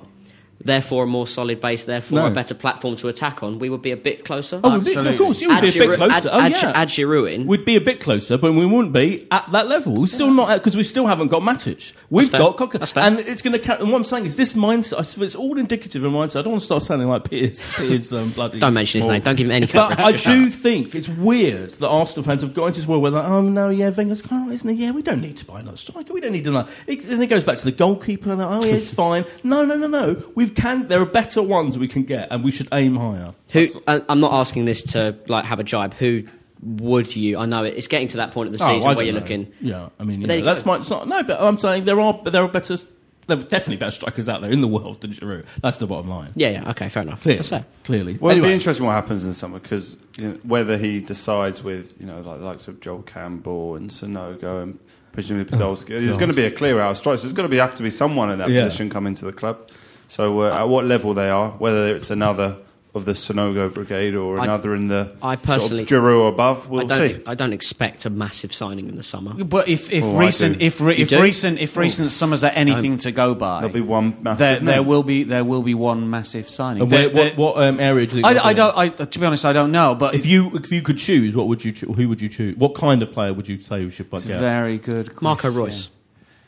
Speaker 3: therefore a more solid base, therefore
Speaker 1: No.
Speaker 3: a better platform to attack on, we would be a bit closer?
Speaker 1: Oh, we'd be, of course, you would
Speaker 3: Add
Speaker 1: be a
Speaker 3: Giroud-
Speaker 1: bit closer.
Speaker 3: add-
Speaker 1: oh,
Speaker 3: add-
Speaker 1: yeah.
Speaker 3: add Giroud in.
Speaker 1: We'd be a bit closer, but we wouldn't be at that level. We're still not at because we still haven't got Matic. We've
Speaker 3: fair.
Speaker 1: got Cocker,
Speaker 3: That's fair.
Speaker 1: and it's going to. Carry, and what I'm saying is this mindset. I s- It's all indicative of mindset. I don't want to start sounding like Piers. Piers um, bloody.
Speaker 3: Don't mention his
Speaker 1: Morgan.
Speaker 3: name. Don't give him any
Speaker 1: But
Speaker 3: coverage.
Speaker 1: I
Speaker 3: Just
Speaker 1: do
Speaker 3: shut
Speaker 1: think it's weird that Arsenal fans have got into this world where they're like, oh no, yeah, Wenger's kind of, right, isn't he? Yeah, we don't need to buy another striker. We don't need another. It, then it goes back to the goalkeeper and they're, oh yeah,
Speaker 3: <laughs>
Speaker 1: it's fine. No, no, no, no. We can. There are better ones we can get, and we should aim higher.
Speaker 3: Who? I, I'm not asking this to like have a jibe. Who would you? I know it, it's getting to that point of the
Speaker 1: Oh,
Speaker 3: season
Speaker 1: I don't
Speaker 3: where you're
Speaker 1: know.
Speaker 3: looking.
Speaker 1: Yeah, I mean,
Speaker 3: there
Speaker 1: yeah,
Speaker 3: you
Speaker 1: that's
Speaker 3: go.
Speaker 1: my. It's not, no, but I'm saying there are there are better, there are definitely better strikers out there in the world than Giroud. That's the bottom line.
Speaker 3: Yeah, yeah. Okay, fair enough.
Speaker 1: clearly,
Speaker 3: That's fair.
Speaker 1: clearly.
Speaker 2: Well, it'll be
Speaker 1: Anyway,
Speaker 2: interesting what happens in the summer because you know, whether he decides with you know like the likes of Joel Campbell and Sonogo and presumably
Speaker 3: Oh,
Speaker 2: Podolski, there's going to be a clear out of strikes. There's going to be have to be someone in that
Speaker 1: Yeah.
Speaker 2: position come into the club. So uh, at what level they are, whether it's another of the Sonogo brigade or
Speaker 3: I-
Speaker 2: another in the
Speaker 3: I personally-
Speaker 2: sort of Giroud or above, we'll
Speaker 3: I don't.
Speaker 2: see.
Speaker 3: think- I don't expect a massive signing in the summer.
Speaker 4: But if, if
Speaker 2: Oh, I
Speaker 4: recent
Speaker 2: do.
Speaker 4: if re,
Speaker 2: You
Speaker 4: if
Speaker 2: do?
Speaker 4: recent if recent summers are anything to go by,
Speaker 2: There'll be one massive
Speaker 4: There, there
Speaker 2: name.
Speaker 4: will be there will be one massive signing.
Speaker 1: and
Speaker 4: There-
Speaker 1: where,
Speaker 4: there-
Speaker 1: what, what um, area do you think
Speaker 4: I, I
Speaker 1: you're gonna-
Speaker 4: don't. I, to be honest, I don't know. But
Speaker 1: If you if you could choose, what would you cho- who would you choose? What kind of player would you say we should buy?
Speaker 4: it's a
Speaker 1: get?
Speaker 4: very good, question.
Speaker 3: Marco Royce.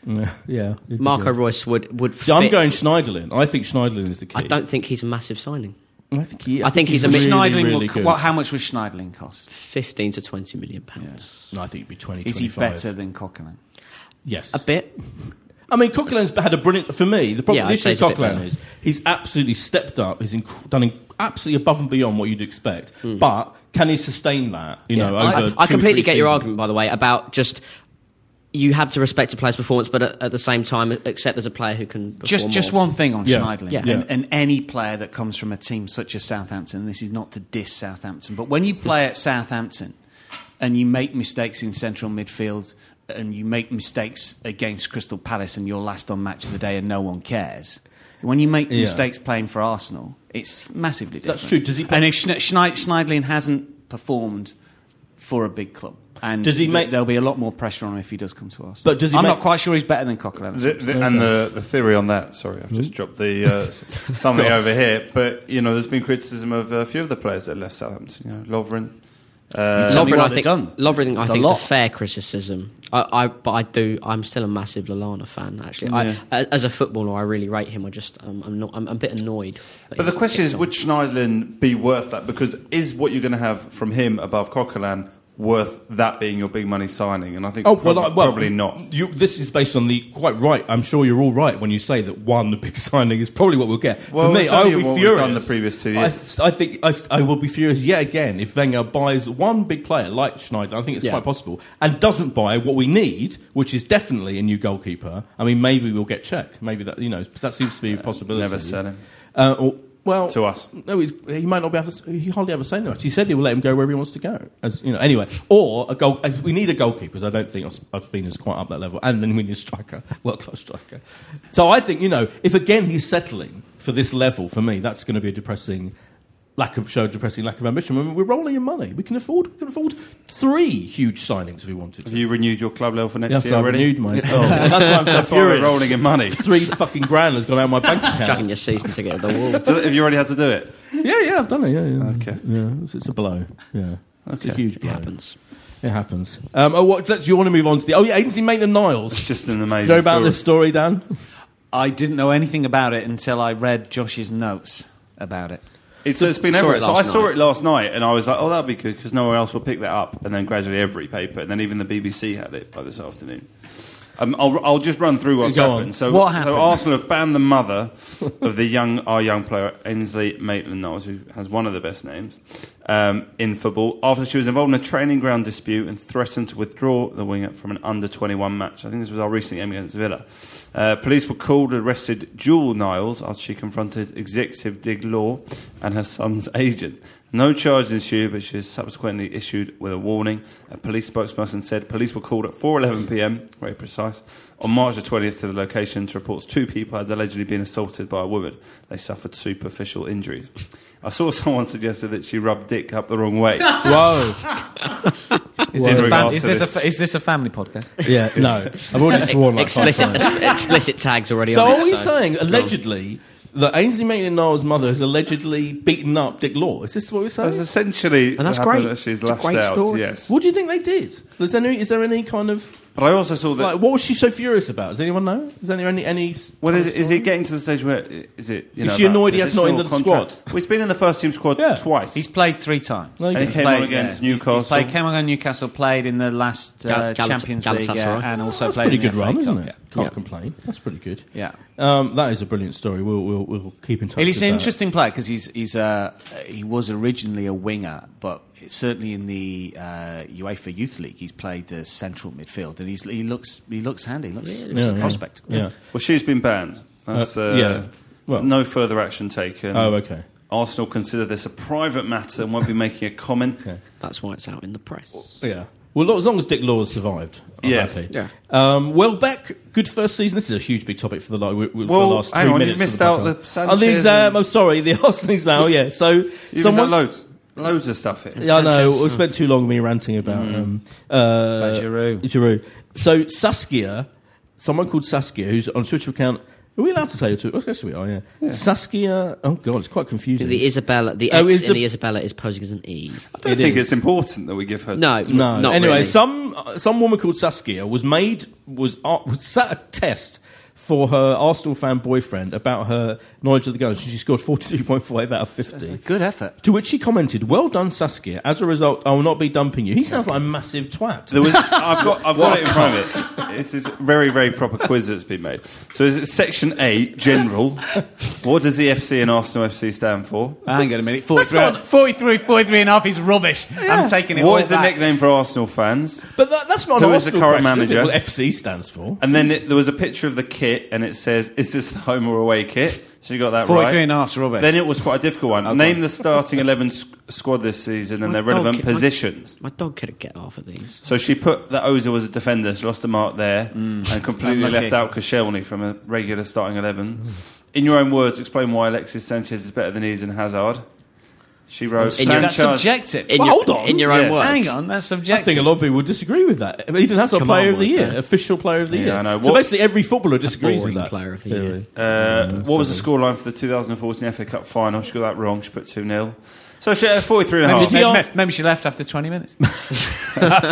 Speaker 1: Yeah, yeah, it'd be
Speaker 3: Marco
Speaker 1: good.
Speaker 3: Royce would would.
Speaker 1: See, I'm
Speaker 3: fit-
Speaker 1: going Schneiderlin. I think Schneiderlin is the key.
Speaker 3: I don't think he's a massive signing.
Speaker 1: I think he.
Speaker 3: I think he's a
Speaker 4: But
Speaker 3: really,
Speaker 4: Schneidling
Speaker 1: Really,
Speaker 4: will,
Speaker 1: really
Speaker 4: co-
Speaker 1: good.
Speaker 4: what, how much would Schneidling cost?
Speaker 3: Fifteen to twenty million pounds.
Speaker 1: No, I think he'd be 20,
Speaker 4: Is he
Speaker 1: 25.
Speaker 4: better than Coquelin?
Speaker 1: Yes.
Speaker 3: a bit.
Speaker 1: I mean, Coquelin's had a brilliant. For me, the problem
Speaker 3: Yeah,
Speaker 1: the
Speaker 3: I'd
Speaker 1: issue
Speaker 3: say
Speaker 1: with
Speaker 3: he's a bit
Speaker 1: Coquelin
Speaker 3: better.
Speaker 1: is he's absolutely stepped up. He's inc- done in- absolutely above and beyond what you'd expect. But can he sustain that? You know,
Speaker 3: Hmm. I-
Speaker 1: over
Speaker 3: I,
Speaker 1: two or
Speaker 3: completely
Speaker 1: three
Speaker 3: get your
Speaker 1: seasons?
Speaker 3: argument, by the way, about just you have to respect a player's performance, but at, at the same time, accept there's a player who can perform
Speaker 4: Just, just
Speaker 3: more.
Speaker 4: one thing on
Speaker 1: Yeah.
Speaker 4: Schneidlin
Speaker 3: Yeah.
Speaker 4: And, and any player that comes from a team such as Southampton. This is not to diss Southampton, but
Speaker 1: <laughs>
Speaker 4: when you play at Southampton and you make mistakes in central midfield and you make mistakes against Crystal Palace and you're last on match of the day and no one cares. When you make
Speaker 1: Yeah.
Speaker 4: mistakes playing for Arsenal, it's massively different.
Speaker 1: That's true. Does he play-
Speaker 4: and if Schne- Schneid- Schneidlin hasn't performed for a big club, and
Speaker 1: Does he
Speaker 4: th-
Speaker 1: make-
Speaker 4: there'll be a lot more pressure on him if he does come to Arsenal.
Speaker 1: But does he
Speaker 4: I'm
Speaker 1: make-
Speaker 4: not quite sure he's better than Coquelin.
Speaker 2: The, the, and the, the theory on that, sorry, I've
Speaker 1: Hmm?
Speaker 2: just dropped the uh, s-
Speaker 1: <laughs>
Speaker 2: something over here, but you know, there's been criticism of a few of the players that left Southampton. You know, Lovren. Uh,
Speaker 4: Tell me
Speaker 3: Lovren,
Speaker 4: what
Speaker 3: I
Speaker 4: they've
Speaker 3: think,
Speaker 4: done.
Speaker 3: Lovren, I
Speaker 4: The
Speaker 3: think, is a
Speaker 4: lot.
Speaker 3: fair criticism. I, I, but I do. I'm still a massive Lallana fan. Actually, I- a- as a footballer, I really rate him. I just, um, I'm not. I'm a bit annoyed. that
Speaker 2: But
Speaker 3: he's
Speaker 2: the question
Speaker 3: kicked
Speaker 2: is,
Speaker 3: on.
Speaker 2: would Schneidlin be worth that? Because is what you're going to have from him above Coquelin worth that being your big money signing? And I think
Speaker 1: Oh
Speaker 2: prob-
Speaker 1: well, I- well,
Speaker 2: probably not.
Speaker 1: You, this is based on the quite right. I'm sure you're all right when you say that one big <laughs> signing is probably what we'll get.
Speaker 2: Well,
Speaker 1: For me,
Speaker 2: it's
Speaker 1: I
Speaker 2: only
Speaker 1: will be
Speaker 2: what we've
Speaker 1: furious.
Speaker 2: done the previous two
Speaker 1: I,
Speaker 2: years.
Speaker 1: th- I think I, s- I will be furious yet again if Wenger buys one big player like Schneider. I think it's
Speaker 3: Yeah.
Speaker 1: quite possible, and doesn't buy what we need, which is definitely a new goalkeeper. I mean, maybe we'll get Czech. Maybe that you know that seems to be a possibility.
Speaker 2: Uh, Never sell him.
Speaker 1: Uh, or, well,
Speaker 2: To us.
Speaker 1: no, he's, he might not be. Able to, he hardly ever say much. He said he will let him go wherever he wants to go. As you know, anyway, or a goal. We need a goalkeeper. 'cause I don't think Os- Ospina's quite up that level, and then we need a striker, <laughs> world class striker. So I think you know, if again he's settling for this level, for me, that's going to be a depressing lack of show, depressing lack of ambition. I mean, we're rolling in money. We can afford. We can afford three huge signings if we wanted to.
Speaker 2: Have you renewed your club level for next
Speaker 1: Yes,
Speaker 2: year
Speaker 1: I've
Speaker 2: already?
Speaker 1: renewed
Speaker 2: <laughs>
Speaker 1: mine. Oh, <laughs> that's why I'm so
Speaker 2: That's why we're
Speaker 1: furious.
Speaker 2: rolling in money. <laughs>
Speaker 1: Three fucking grand has gone out of my bank account.
Speaker 3: chucking your season ticket at the wall.
Speaker 2: So have you already had to do it?
Speaker 1: Yeah, yeah, I've done it. Yeah, yeah.
Speaker 2: Okay.
Speaker 1: Yeah, it's, it's a blow. Yeah. It's a
Speaker 2: Okay.
Speaker 1: huge
Speaker 3: It
Speaker 1: blow.
Speaker 3: happens.
Speaker 1: It happens. Um, oh, what, let's, you want to move on to the. Oh, yeah, agency Maitland Niles.
Speaker 2: It's just an
Speaker 1: Do you
Speaker 2: amazing.
Speaker 1: know about
Speaker 2: story.
Speaker 1: this story,
Speaker 4: <laughs>
Speaker 1: Dan?
Speaker 4: I didn't know anything about it until I read Josh's notes about it.
Speaker 2: It's, it's been
Speaker 3: Saw
Speaker 2: everywhere.
Speaker 3: it
Speaker 2: so I
Speaker 3: last
Speaker 2: saw
Speaker 3: night.
Speaker 2: it last night, and I was like, "Oh, that'd be good," because no one else will pick that up. And then gradually, every paper, and then even the BBC had it by this afternoon. Um, I'll, I'll just run through what's
Speaker 1: Go on.
Speaker 2: happened. So,
Speaker 4: What happened?
Speaker 2: so Arsenal have banned the mother of the young, our young player Ainsley Maitland-Niles, who has one of the best names um, in football, after she was involved in a training ground dispute and threatened to withdraw the winger from an under-21 match. I think this was our recent game against Villa. Uh, police were called and arrested Jewel Niles after she confronted executive Dig Law and her son's <laughs> agent. No charges issued, but she was subsequently issued with a warning. A police spokesperson said police were called at 4:11 p.m. very precise on March the 20th to the location to reports two people had allegedly been assaulted by a woman. They suffered superficial injuries. I saw <laughs> someone suggested that she rubbed dick up the wrong
Speaker 1: <laughs>
Speaker 2: way.
Speaker 1: Whoa.
Speaker 4: Is,
Speaker 2: Well,
Speaker 4: this, a
Speaker 2: in
Speaker 4: fam-
Speaker 2: regards
Speaker 4: is,
Speaker 2: to
Speaker 4: this,
Speaker 2: this-
Speaker 4: A, fa- is this a family
Speaker 3: <laughs>
Speaker 4: podcast?
Speaker 1: Yeah, no. I've
Speaker 4: <laughs>
Speaker 1: already sworn like five
Speaker 3: explicit, <laughs>
Speaker 1: times.
Speaker 3: explicit tags already.
Speaker 1: So
Speaker 3: on it,
Speaker 1: are we
Speaker 3: so-
Speaker 1: saying, allegedly, that Ainsley Maitland Niles' mother has allegedly beaten up Dick Law? Is this what we're
Speaker 2: That's
Speaker 1: saying?
Speaker 2: essentially
Speaker 3: And that's
Speaker 2: what happened
Speaker 3: great.
Speaker 2: That she's
Speaker 3: It's a
Speaker 2: lashed
Speaker 3: great
Speaker 2: out.
Speaker 3: story.
Speaker 2: Yes,
Speaker 1: What do you think they did? Is there any, is there any kind of.
Speaker 2: but I also saw that.
Speaker 1: Like, what was she so furious about? Does anyone know? Is there any. any s-
Speaker 2: What is it?
Speaker 1: story?
Speaker 2: Is it getting to the stage where i- is it? You
Speaker 1: Is
Speaker 2: know,
Speaker 1: she
Speaker 2: about-
Speaker 1: annoyed he
Speaker 2: is
Speaker 1: has
Speaker 2: this
Speaker 1: not in
Speaker 2: your
Speaker 1: the
Speaker 2: contract?
Speaker 1: squad?
Speaker 2: Well, he's been in the first team squad
Speaker 1: Yeah.
Speaker 2: twice.
Speaker 4: He's played three times.
Speaker 1: No, you
Speaker 2: and
Speaker 1: go.
Speaker 2: he came
Speaker 4: Played,
Speaker 2: on against
Speaker 4: yeah.
Speaker 2: Newcastle.
Speaker 4: He's played, came on against Newcastle, played in the last uh,
Speaker 3: Gal- Galata-
Speaker 4: Champions League, yeah,
Speaker 3: Galatasaray.
Speaker 4: and also
Speaker 1: That's
Speaker 4: played
Speaker 1: pretty
Speaker 4: in the
Speaker 1: good
Speaker 4: FA
Speaker 1: run,
Speaker 4: Cup,
Speaker 1: isn't it?
Speaker 4: yeah.
Speaker 1: Can't
Speaker 3: Yeah.
Speaker 1: complain. That's pretty good.
Speaker 4: Yeah.
Speaker 1: Um, that is a brilliant story. We'll, we'll, we'll, we'll keep in touch.
Speaker 4: It is
Speaker 1: with
Speaker 4: an
Speaker 1: that.
Speaker 4: interesting player because he's he's uh, he was originally a winger, but certainly in the uh, UEFA Youth League, he's played uh, central midfield, and he's, he looks he looks handy, looks, looks a prospect.
Speaker 1: Yeah.
Speaker 2: Well, she's been banned. That's,
Speaker 1: Uh,
Speaker 2: uh,
Speaker 1: yeah. Well-
Speaker 2: no further action taken.
Speaker 1: Oh, okay.
Speaker 2: Arsenal consider this a private matter and won't be making a
Speaker 1: <laughs>
Speaker 2: comment.
Speaker 3: That's why it's out in the press.
Speaker 1: Yeah. Well, lo- as long as Dick Law has survived, I'm
Speaker 2: Yes.
Speaker 1: happy.
Speaker 3: Yeah.
Speaker 1: Um, Welbeck, good first season. This is a huge big topic for the, li- w- w- for
Speaker 2: Well,
Speaker 1: the last three
Speaker 2: hang on,
Speaker 1: minutes.
Speaker 2: you've missed
Speaker 1: of the
Speaker 2: out
Speaker 1: podcast.
Speaker 2: the Sanchez
Speaker 1: Oh, the exam.
Speaker 2: and-
Speaker 1: I'm sorry, the <laughs> Arsenal exam. Oh, yeah. So
Speaker 2: You've
Speaker 1: someone.
Speaker 2: done loads, loads of Mm-hmm. stuff here.
Speaker 1: Yeah, I know.
Speaker 3: Sanchez.
Speaker 1: We spent too long me ranting about um, uh,
Speaker 4: Giroud.
Speaker 1: Giroud. So Saskia, someone called Saskia, who's on Twitter account. Are we allowed to say it? To, I guess we are. Yeah. Saskia. Oh God, it's quite confusing.
Speaker 3: The Isabella, the X
Speaker 1: Oh, is
Speaker 3: in
Speaker 1: the-
Speaker 3: the Isabella is posing as an E.
Speaker 2: I don't
Speaker 1: It
Speaker 2: think
Speaker 1: is.
Speaker 2: it's important that we give her.
Speaker 3: No,
Speaker 1: No.
Speaker 3: not
Speaker 1: anyway, <laughs>
Speaker 3: really.
Speaker 1: some uh, some woman called Saskia was made was uh, was sat a test for her Arsenal fan boyfriend about her knowledge of the goals. She scored 43.5 out of 50.
Speaker 4: That's a good effort.
Speaker 1: To which she commented, "Well done, Saskia. As a result, I will not be dumping you." He sounds like a massive twat.
Speaker 2: <laughs> There was, I've got, I've got it in front of it. This is a very, very proper quiz that's been made. So is it Section A, General? What does the FC and Arsenal FC stand for?
Speaker 4: Hang on a minute. 43,
Speaker 1: That's not-
Speaker 4: 43, 43 and a half is rubbish. I'm taking it all
Speaker 2: What is the
Speaker 4: back.
Speaker 2: nickname for Arsenal fans?
Speaker 1: But that, that's not
Speaker 2: Who
Speaker 1: an
Speaker 2: is the
Speaker 1: Arsenal
Speaker 2: current
Speaker 1: question, is it?
Speaker 2: manager?
Speaker 1: What FC stands for.
Speaker 2: And then it, there was a picture of the kit, and it says, "Is this the home or away kit?" So you got that
Speaker 4: 43
Speaker 2: right.
Speaker 4: and a half's rubbish.
Speaker 2: Then it was quite a difficult one. Name the starting eleven squ- squad this season and
Speaker 3: My
Speaker 2: their relevant
Speaker 3: dog- my-
Speaker 2: positions.
Speaker 3: My dog couldn't get half of these.
Speaker 2: So she put that Oza was a defender, she lost a mark there, and completely
Speaker 4: Unlucky.
Speaker 2: left out Koscielny from a regular starting 11. In your own words, explain why Alexis Sanchez is better than Eden Hazard. She wrote,
Speaker 3: In your-
Speaker 4: That's
Speaker 2: Sanchez,
Speaker 4: subjective.
Speaker 3: In
Speaker 1: Well,
Speaker 3: your,
Speaker 1: hold on.
Speaker 3: In your own
Speaker 2: Yes.
Speaker 3: words.
Speaker 4: Hang on, that's
Speaker 1: I think a
Speaker 4: subjective.
Speaker 1: lot of people would disagree with that. Eden Hazard,
Speaker 3: Come
Speaker 1: player
Speaker 3: on
Speaker 1: of the
Speaker 3: with
Speaker 1: year,
Speaker 3: that.
Speaker 1: official player of the
Speaker 2: Yeah,
Speaker 1: year.
Speaker 2: I know.
Speaker 1: So
Speaker 2: What-
Speaker 1: basically, every footballer disagrees with
Speaker 3: boring
Speaker 1: that.
Speaker 3: player
Speaker 1: <laughs>
Speaker 3: of the
Speaker 1: theory.
Speaker 3: year.
Speaker 2: uh, what was the scoreline for the 2014 FA Cup final? She got that wrong, she put 2 0. So she had 43 and a
Speaker 4: Maybe,
Speaker 2: half.
Speaker 1: Did he
Speaker 4: maybe-
Speaker 1: ask-
Speaker 4: maybe she left after 20 minutes.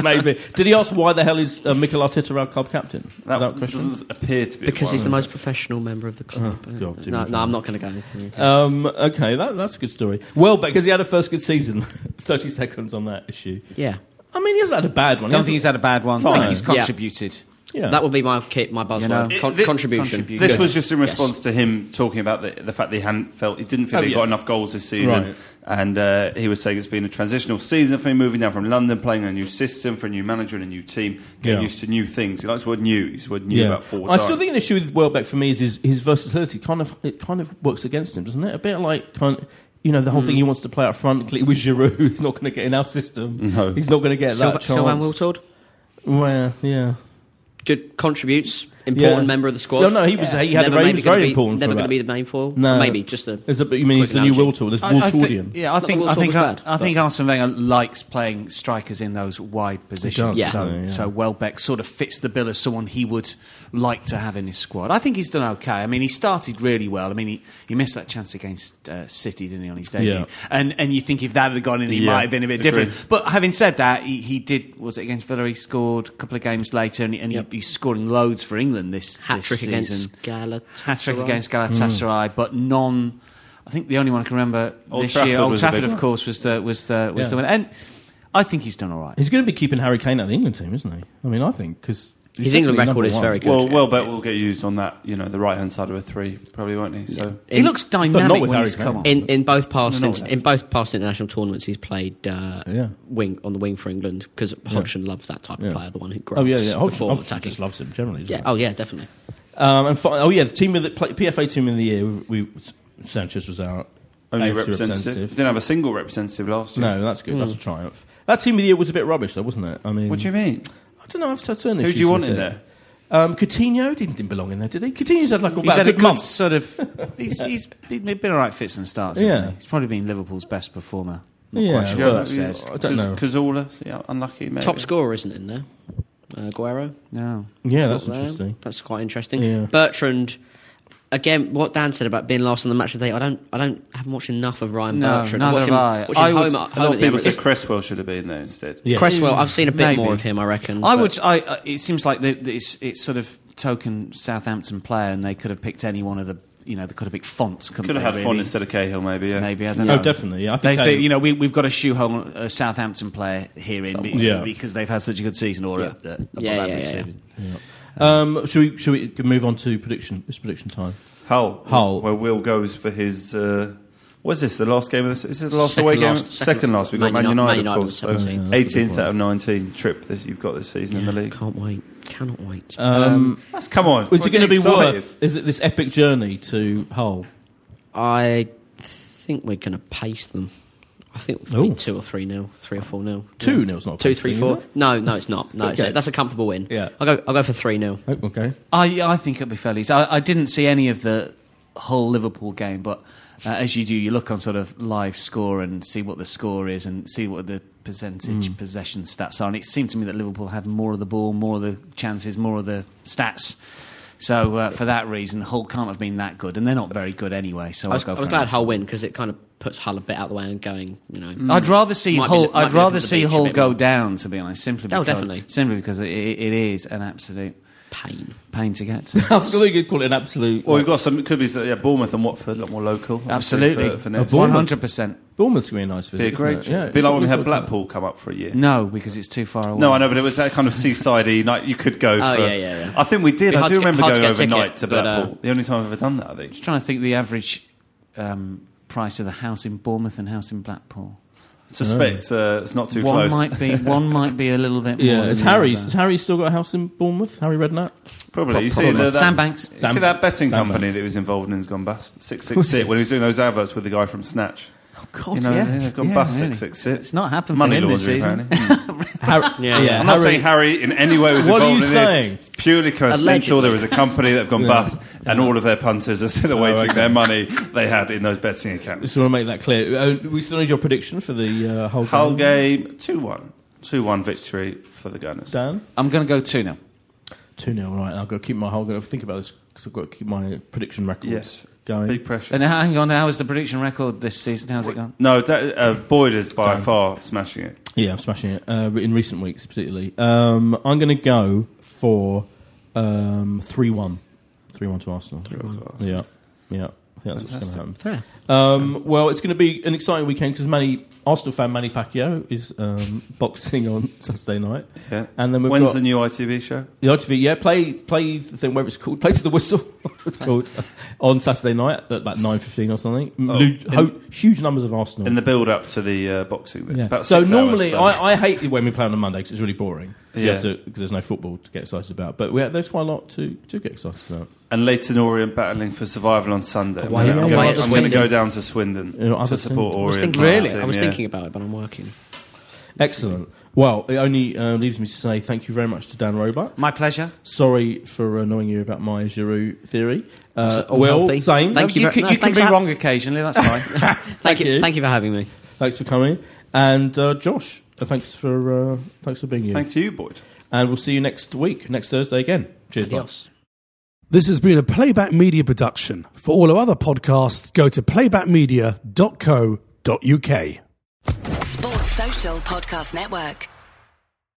Speaker 1: Maybe. Did he ask why the hell is uh, Mikel Arteta our club captain? That,
Speaker 2: That
Speaker 1: question.
Speaker 2: doesn't appear to be
Speaker 3: Because
Speaker 2: one.
Speaker 3: he's the most professional member of the club.
Speaker 1: Oh, God, Jimmy
Speaker 3: no,
Speaker 1: Fallon.
Speaker 3: no, I'm not going to go.
Speaker 1: Um, okay, that, that's a good story. Well, because he had a first good season. <laughs> 30 seconds on that issue.
Speaker 3: Yeah.
Speaker 1: I mean, he hasn't had a bad one.
Speaker 4: I don't
Speaker 1: He
Speaker 4: think he's
Speaker 1: hasn't-
Speaker 4: had a bad one. I
Speaker 1: Fine.
Speaker 4: think he's
Speaker 3: Yeah.
Speaker 4: contributed.
Speaker 1: Yeah.
Speaker 3: That would be my kit, my buzzword.
Speaker 4: You know.
Speaker 3: Con-
Speaker 2: It- thi-
Speaker 3: contribution.
Speaker 4: contribution.
Speaker 2: This
Speaker 4: Good.
Speaker 2: was just in response to him talking about the, the fact that he hadn't felt he didn't feel
Speaker 1: Oh,
Speaker 2: he
Speaker 1: yeah.
Speaker 2: got enough goals this season,
Speaker 1: Right.
Speaker 2: and uh, he was saying it's been a transitional season for him, moving down from London, playing in a new system for a new manager and a new team, getting
Speaker 1: Yeah.
Speaker 2: used to new things. He likes the word new. He used the word new about four
Speaker 1: I
Speaker 2: times.
Speaker 1: still think an issue with Welbeck for me is his, his versatility. Kind of, it kind of works against him, doesn't it? A bit like kind. You know the whole thing
Speaker 3: Mm.
Speaker 1: he wants to play up front clearly with Giroud. <laughs> He's not going to get in our system.
Speaker 2: No.
Speaker 1: He's not going to get
Speaker 3: Sylva-
Speaker 1: that
Speaker 3: Sylvan
Speaker 1: chance.
Speaker 3: Wiltord,
Speaker 1: Well, yeah.
Speaker 3: good contributes, important
Speaker 1: Yeah.
Speaker 3: member of the squad.
Speaker 1: No, no, he was- he had a very- he was
Speaker 3: gonna
Speaker 1: very
Speaker 3: be,
Speaker 1: important
Speaker 3: Never
Speaker 1: for
Speaker 3: going to
Speaker 1: that.
Speaker 3: be the main foil.
Speaker 1: No.
Speaker 3: maybe just a.
Speaker 1: Is it, you mean he's the
Speaker 3: Quick
Speaker 1: new
Speaker 3: analogy.
Speaker 1: Wiltord? There's
Speaker 4: I- I think-
Speaker 1: Wiltordian.
Speaker 4: yeah, I think I
Speaker 3: Wiltord
Speaker 4: think
Speaker 3: was bad,
Speaker 4: I, think Arsene Wenger likes playing strikers in those wide positions.
Speaker 3: does,
Speaker 4: so,
Speaker 1: yeah.
Speaker 4: so Welbeck sort of fits the bill as someone he would like to have in his squad. I think he's done okay. I mean, he started really well. I mean, he, he missed that chance against uh, City, didn't he, on his debut?
Speaker 1: Yeah.
Speaker 4: And and you think if that had gone in, he
Speaker 2: Yeah,
Speaker 4: might have been a bit
Speaker 2: agree.
Speaker 4: different. But having said that, he, he did. Was it against Villa? He scored a couple of games later, and, he, and
Speaker 3: Yep.
Speaker 4: he, he's scoring loads for England this
Speaker 3: Hat trick
Speaker 4: this season
Speaker 3: against Galatasaray.
Speaker 4: hat trick against
Speaker 1: Hmm.
Speaker 4: Galatasaray, but none. I think the only one I can remember
Speaker 2: Old
Speaker 4: this
Speaker 2: Trafford
Speaker 4: year, Old
Speaker 2: was a big
Speaker 4: Trafford, of
Speaker 2: one.
Speaker 4: course, was the was the was
Speaker 1: Yeah.
Speaker 4: the winner. And I think he's done all right.
Speaker 1: He's going to be keeping Harry Kane out of the England team, isn't he? I mean, I think because
Speaker 3: His England record is very good.
Speaker 2: well, Welbeck will get used on that, you know, the right hand side of a three, probably won't he? So
Speaker 4: He looks
Speaker 1: but not
Speaker 4: dynamic
Speaker 1: with
Speaker 4: when
Speaker 1: Harry
Speaker 4: he's
Speaker 1: Kane.
Speaker 4: come on.
Speaker 3: in in both past
Speaker 1: No, no,
Speaker 3: in,
Speaker 1: no.
Speaker 3: in both past international tournaments, he's played uh,
Speaker 1: Yeah.
Speaker 3: wing on the wing for England because Hodgson loves that type of player, the one who grabs
Speaker 1: Oh yeah, yeah. Hodgson,
Speaker 3: before
Speaker 1: Hodgson
Speaker 3: attacking.
Speaker 1: just loves him generally. doesn't
Speaker 3: yeah,
Speaker 1: he?
Speaker 3: oh yeah, definitely.
Speaker 1: Um, and fi- oh yeah, the team of the play, PFA team of the year. We, we Sanchez was our
Speaker 2: only
Speaker 1: eighth
Speaker 2: representative. Didn't have a single representative last year.
Speaker 1: No, that's good. That's a triumph. That team of the year was a bit rubbish, though, wasn't it? I mean,
Speaker 2: What do you mean?
Speaker 1: I don't know. I've had certain
Speaker 2: Who
Speaker 1: issues
Speaker 2: do you want
Speaker 1: with
Speaker 2: in
Speaker 1: it.
Speaker 2: there?
Speaker 1: Um, Coutinho didn't, didn't belong in there, did he? Coutinho's had like about
Speaker 4: He's had
Speaker 1: a
Speaker 4: a
Speaker 1: good
Speaker 4: good
Speaker 1: month.
Speaker 4: sort of.
Speaker 2: <laughs>
Speaker 4: He's, he's been been all right fits and starts. hasn't
Speaker 1: Yeah.
Speaker 4: he? he's probably been Liverpool's best performer. Not
Speaker 1: Yeah,
Speaker 4: quite sure
Speaker 1: well,
Speaker 4: what that says.
Speaker 1: I don't know.
Speaker 2: Cazorla, yeah, unlucky. Maybe.
Speaker 3: Top scorer isn't in there. Uh, Guerrero.
Speaker 4: No,
Speaker 1: Yeah,
Speaker 3: Not
Speaker 1: that's
Speaker 3: there.
Speaker 1: interesting.
Speaker 3: That's quite interesting.
Speaker 1: Yeah.
Speaker 3: Bertrand. Again, what Dan said about being last on the match of the day, I don't, I don't haven't watched enough of Ryan
Speaker 4: No,
Speaker 3: Bertrand.
Speaker 4: neither
Speaker 3: watch him,
Speaker 4: have I.
Speaker 3: watch him
Speaker 4: I
Speaker 3: home,
Speaker 4: would-
Speaker 3: at-
Speaker 2: A lot
Speaker 3: home
Speaker 2: of
Speaker 3: at the
Speaker 2: people say
Speaker 3: Emirates.
Speaker 2: Cresswell should have been there instead.
Speaker 1: Yeah.
Speaker 3: Cresswell, I've seen a bit
Speaker 4: Maybe.
Speaker 3: more of him, I reckon.
Speaker 4: I
Speaker 3: but-
Speaker 4: would. I, I. It seems like the, the, it's it's sort of token Southampton player, and they could have picked any one of the. You know, they could have picked fonts.
Speaker 2: Could have had fun instead of Cahill, maybe. Yeah.
Speaker 4: Maybe I don't
Speaker 1: Oh,
Speaker 4: know.
Speaker 1: definitely, yeah. I
Speaker 4: They
Speaker 1: think um,
Speaker 4: think,
Speaker 1: they-
Speaker 4: you know we, we've got to shoehorn a Southampton player here in be,
Speaker 1: Yeah.
Speaker 4: because they've had such a good season or
Speaker 3: Yeah.
Speaker 4: a, a above
Speaker 3: Yeah, yeah,
Speaker 4: average
Speaker 3: yeah, yeah.
Speaker 4: season.
Speaker 1: Um, should we should we move on to prediction? It's prediction time.
Speaker 2: Hull.
Speaker 1: Hull.
Speaker 2: Where Will goes for his. Uh, what is this? The last game of this? Is this the last
Speaker 3: Second
Speaker 2: away game?
Speaker 3: last- second-
Speaker 2: second last. We've got Man
Speaker 3: Man
Speaker 2: United,
Speaker 3: United,
Speaker 2: of course.
Speaker 3: Man United on
Speaker 2: So
Speaker 3: the
Speaker 2: 18th out of 19 trip that you've got this season in the league.
Speaker 3: Can't wait. Cannot wait.
Speaker 1: Um,
Speaker 2: That's, come on.
Speaker 1: is it going to be
Speaker 2: excited.
Speaker 1: worth? Is it this epic journey to Hull?
Speaker 3: I think we're going to pace them. I think it'll be
Speaker 1: Ooh.
Speaker 3: two or three nil, three or four nil.
Speaker 1: Two nil's not a
Speaker 3: Two,
Speaker 1: bad
Speaker 3: three,
Speaker 1: thing,
Speaker 3: four.
Speaker 1: is it?
Speaker 3: No, no, it's not. No,
Speaker 1: Okay.
Speaker 3: it's, that's a comfortable win.
Speaker 1: Yeah.
Speaker 3: I'll go. I'll go for three nil.
Speaker 1: Oh, okay.
Speaker 4: I I think it'll be fairly. easy. I, I didn't see any of the whole Liverpool game, but uh, as you do, you look on sort of live score and see what the score is and see what the percentage possession stats are. And it seemed to me that Liverpool had more of the ball, more of the chances, more of the stats. So uh, for that reason, Hull can't have been that good, and they're not very good anyway. So
Speaker 3: I was,
Speaker 4: I'll go
Speaker 3: I
Speaker 4: for
Speaker 3: was
Speaker 4: an
Speaker 3: glad
Speaker 4: Arsenal.
Speaker 3: Hull win because it kind of puts Hull a bit out of the way and going. You know,
Speaker 1: Mm.
Speaker 4: I'd rather see
Speaker 3: Mm. Might be-
Speaker 4: Hull.
Speaker 3: might
Speaker 4: I'd
Speaker 3: be looking
Speaker 4: rather
Speaker 3: at the
Speaker 4: see
Speaker 3: beach a
Speaker 4: Hull
Speaker 3: bit
Speaker 4: go
Speaker 3: more.
Speaker 4: down, to be honest. Simply
Speaker 3: Oh,
Speaker 4: because,
Speaker 3: definitely.
Speaker 4: simply because it, it is an absolute
Speaker 3: Pain.
Speaker 4: Pain to
Speaker 1: <laughs>
Speaker 3: <laughs>
Speaker 4: get to.
Speaker 1: I was going to call it an absolute.
Speaker 2: Well, we've got some. It could be yeah, Bournemouth and Watford, a lot more local. obviously,
Speaker 4: Absolutely.
Speaker 2: for, for next
Speaker 1: Bournemouth.
Speaker 4: One hundred percent.
Speaker 1: Bournemouth's going to be a nice visit.
Speaker 2: Be a great.
Speaker 1: isn't it?
Speaker 2: Be like when we had
Speaker 1: We've got-
Speaker 2: Blackpool come up for a year.
Speaker 4: No, because it's too far away.
Speaker 2: No, I know, but it was that kind of seaside night you could go
Speaker 3: Oh,
Speaker 2: for.
Speaker 3: yeah, yeah, yeah.
Speaker 2: I think we did.
Speaker 3: Be
Speaker 2: I
Speaker 3: hard
Speaker 2: do
Speaker 3: to get-
Speaker 2: remember
Speaker 3: hard to
Speaker 2: going
Speaker 3: get a ticket,
Speaker 2: overnight to
Speaker 3: but, uh,
Speaker 2: Blackpool. the only time I've ever done that, I think.
Speaker 4: Just trying to think the average um, price of the house in Bournemouth and house in Blackpool.
Speaker 2: Suspect uh, it's not too
Speaker 4: one
Speaker 2: close.
Speaker 4: might
Speaker 2: <laughs>
Speaker 4: be one might be a little bit more.
Speaker 1: Yeah,
Speaker 4: than
Speaker 1: is
Speaker 4: the
Speaker 1: Harry's,
Speaker 4: other.
Speaker 1: has Harry still got a house in Bournemouth? Harry Redknapp?
Speaker 2: Probably. You see,
Speaker 4: Probably.
Speaker 2: the, that,
Speaker 4: Sandbanks.
Speaker 2: you see that betting
Speaker 1: Sandbanks.
Speaker 2: company that he was involved in has gone bust. Six six six. When he was doing those adverts with the guy from Snatch.
Speaker 4: Oh, God,
Speaker 2: You know,
Speaker 4: yeah.
Speaker 2: they've gone
Speaker 4: Yeah,
Speaker 2: bust
Speaker 4: really.
Speaker 2: six six
Speaker 4: It's
Speaker 2: six.
Speaker 4: not happened
Speaker 2: Money
Speaker 4: for him this
Speaker 2: laundering,
Speaker 4: season.
Speaker 2: apparently.
Speaker 4: <laughs>
Speaker 3: Yeah, yeah.
Speaker 1: yeah.
Speaker 2: I'm not
Speaker 1: Harry-
Speaker 2: saying Harry in any way was
Speaker 1: What are
Speaker 2: involved
Speaker 1: you
Speaker 2: in
Speaker 1: saying?
Speaker 2: this. It's purely coincidental.
Speaker 3: Allegedly.
Speaker 2: There was a company that have gone bust, and all of their punters are
Speaker 4: Oh,
Speaker 2: still awaiting their money they had in those betting accounts.
Speaker 1: Just want to make that clear. Uh, we still need your prediction for the uh, whole
Speaker 2: Hull game 2 1. 2 1 victory for the Gunners.
Speaker 1: Dan?
Speaker 4: I'm going to go two now.
Speaker 1: 2 0, right. I've got to keep my whole going to think about this because I've got to keep my prediction records
Speaker 2: Yes.
Speaker 1: going.
Speaker 2: Big pressure.
Speaker 4: And hang on, how is the prediction record this season? How's it gone?
Speaker 2: no, da- uh, Boyd is by far smashing it.
Speaker 1: Yeah, I'm smashing it. Uh, in recent weeks, particularly. Um, I'm going to go for um, 3 1. 3 1 to Arsenal. Yeah. Yeah. I think that's what's going to happen.
Speaker 3: Fair.
Speaker 1: Um, well, it's going to be an exciting weekend because Manny, Arsenal fan Manny Pacquiao is um, <laughs> boxing on Saturday night.
Speaker 2: Yeah.
Speaker 1: And then we've
Speaker 2: When's
Speaker 1: got
Speaker 2: the new ITV show?
Speaker 1: The ITV, yeah, play play the thing, whatever it's called, play to the whistle. <laughs> it's called on Saturday night at about nine fifteen or something. Lu-
Speaker 2: in-
Speaker 1: ho- huge numbers of Arsenal.
Speaker 2: In the build up to the uh, boxing bit.
Speaker 1: yeah.
Speaker 2: About
Speaker 1: So
Speaker 2: six
Speaker 1: normally,
Speaker 2: hours first.
Speaker 1: I, I hate it when we play on a Monday because it's really boring.
Speaker 2: Yeah.
Speaker 1: Because there's no football to get excited about. But we have, there's quite a lot to, to get excited about.
Speaker 2: And Leighton Orient battling for survival on Sunday.
Speaker 3: Away-
Speaker 2: I'm
Speaker 1: away at
Speaker 2: gonna- I'm going to
Speaker 3: Swindon.
Speaker 2: go down to Swindon
Speaker 1: You know, other
Speaker 2: to support
Speaker 1: teams. I
Speaker 3: I was
Speaker 2: Orient.
Speaker 3: thinking,
Speaker 2: Really?
Speaker 3: I was thinking about it, but I'm working.
Speaker 1: Excellent. Well, it only uh, leaves me to say thank you very much to Dan Roebuck.
Speaker 4: My pleasure.
Speaker 1: Sorry for annoying you about my Giroud theory. Uh,
Speaker 3: all
Speaker 1: Will,
Speaker 3: healthy.
Speaker 1: same.
Speaker 3: Thank you
Speaker 4: You
Speaker 3: very-
Speaker 4: can,
Speaker 3: no,
Speaker 4: you can
Speaker 3: thanks
Speaker 4: be
Speaker 3: for-
Speaker 4: wrong occasionally.
Speaker 2: <laughs>
Speaker 4: That's fine.
Speaker 3: Thank
Speaker 1: you.
Speaker 3: you. Thank you for having me.
Speaker 1: Thanks for coming. And uh, Josh, uh, thanks for uh, thanks for being here.
Speaker 2: Thank you, Boyd.
Speaker 1: and we'll see you next week, next Thursday again. Cheers, bye.
Speaker 3: Adios.
Speaker 5: This has been a Playback Media production. For all our other podcasts, go to playbackmedia.co.uk.
Speaker 6: Sports Social Podcast Network.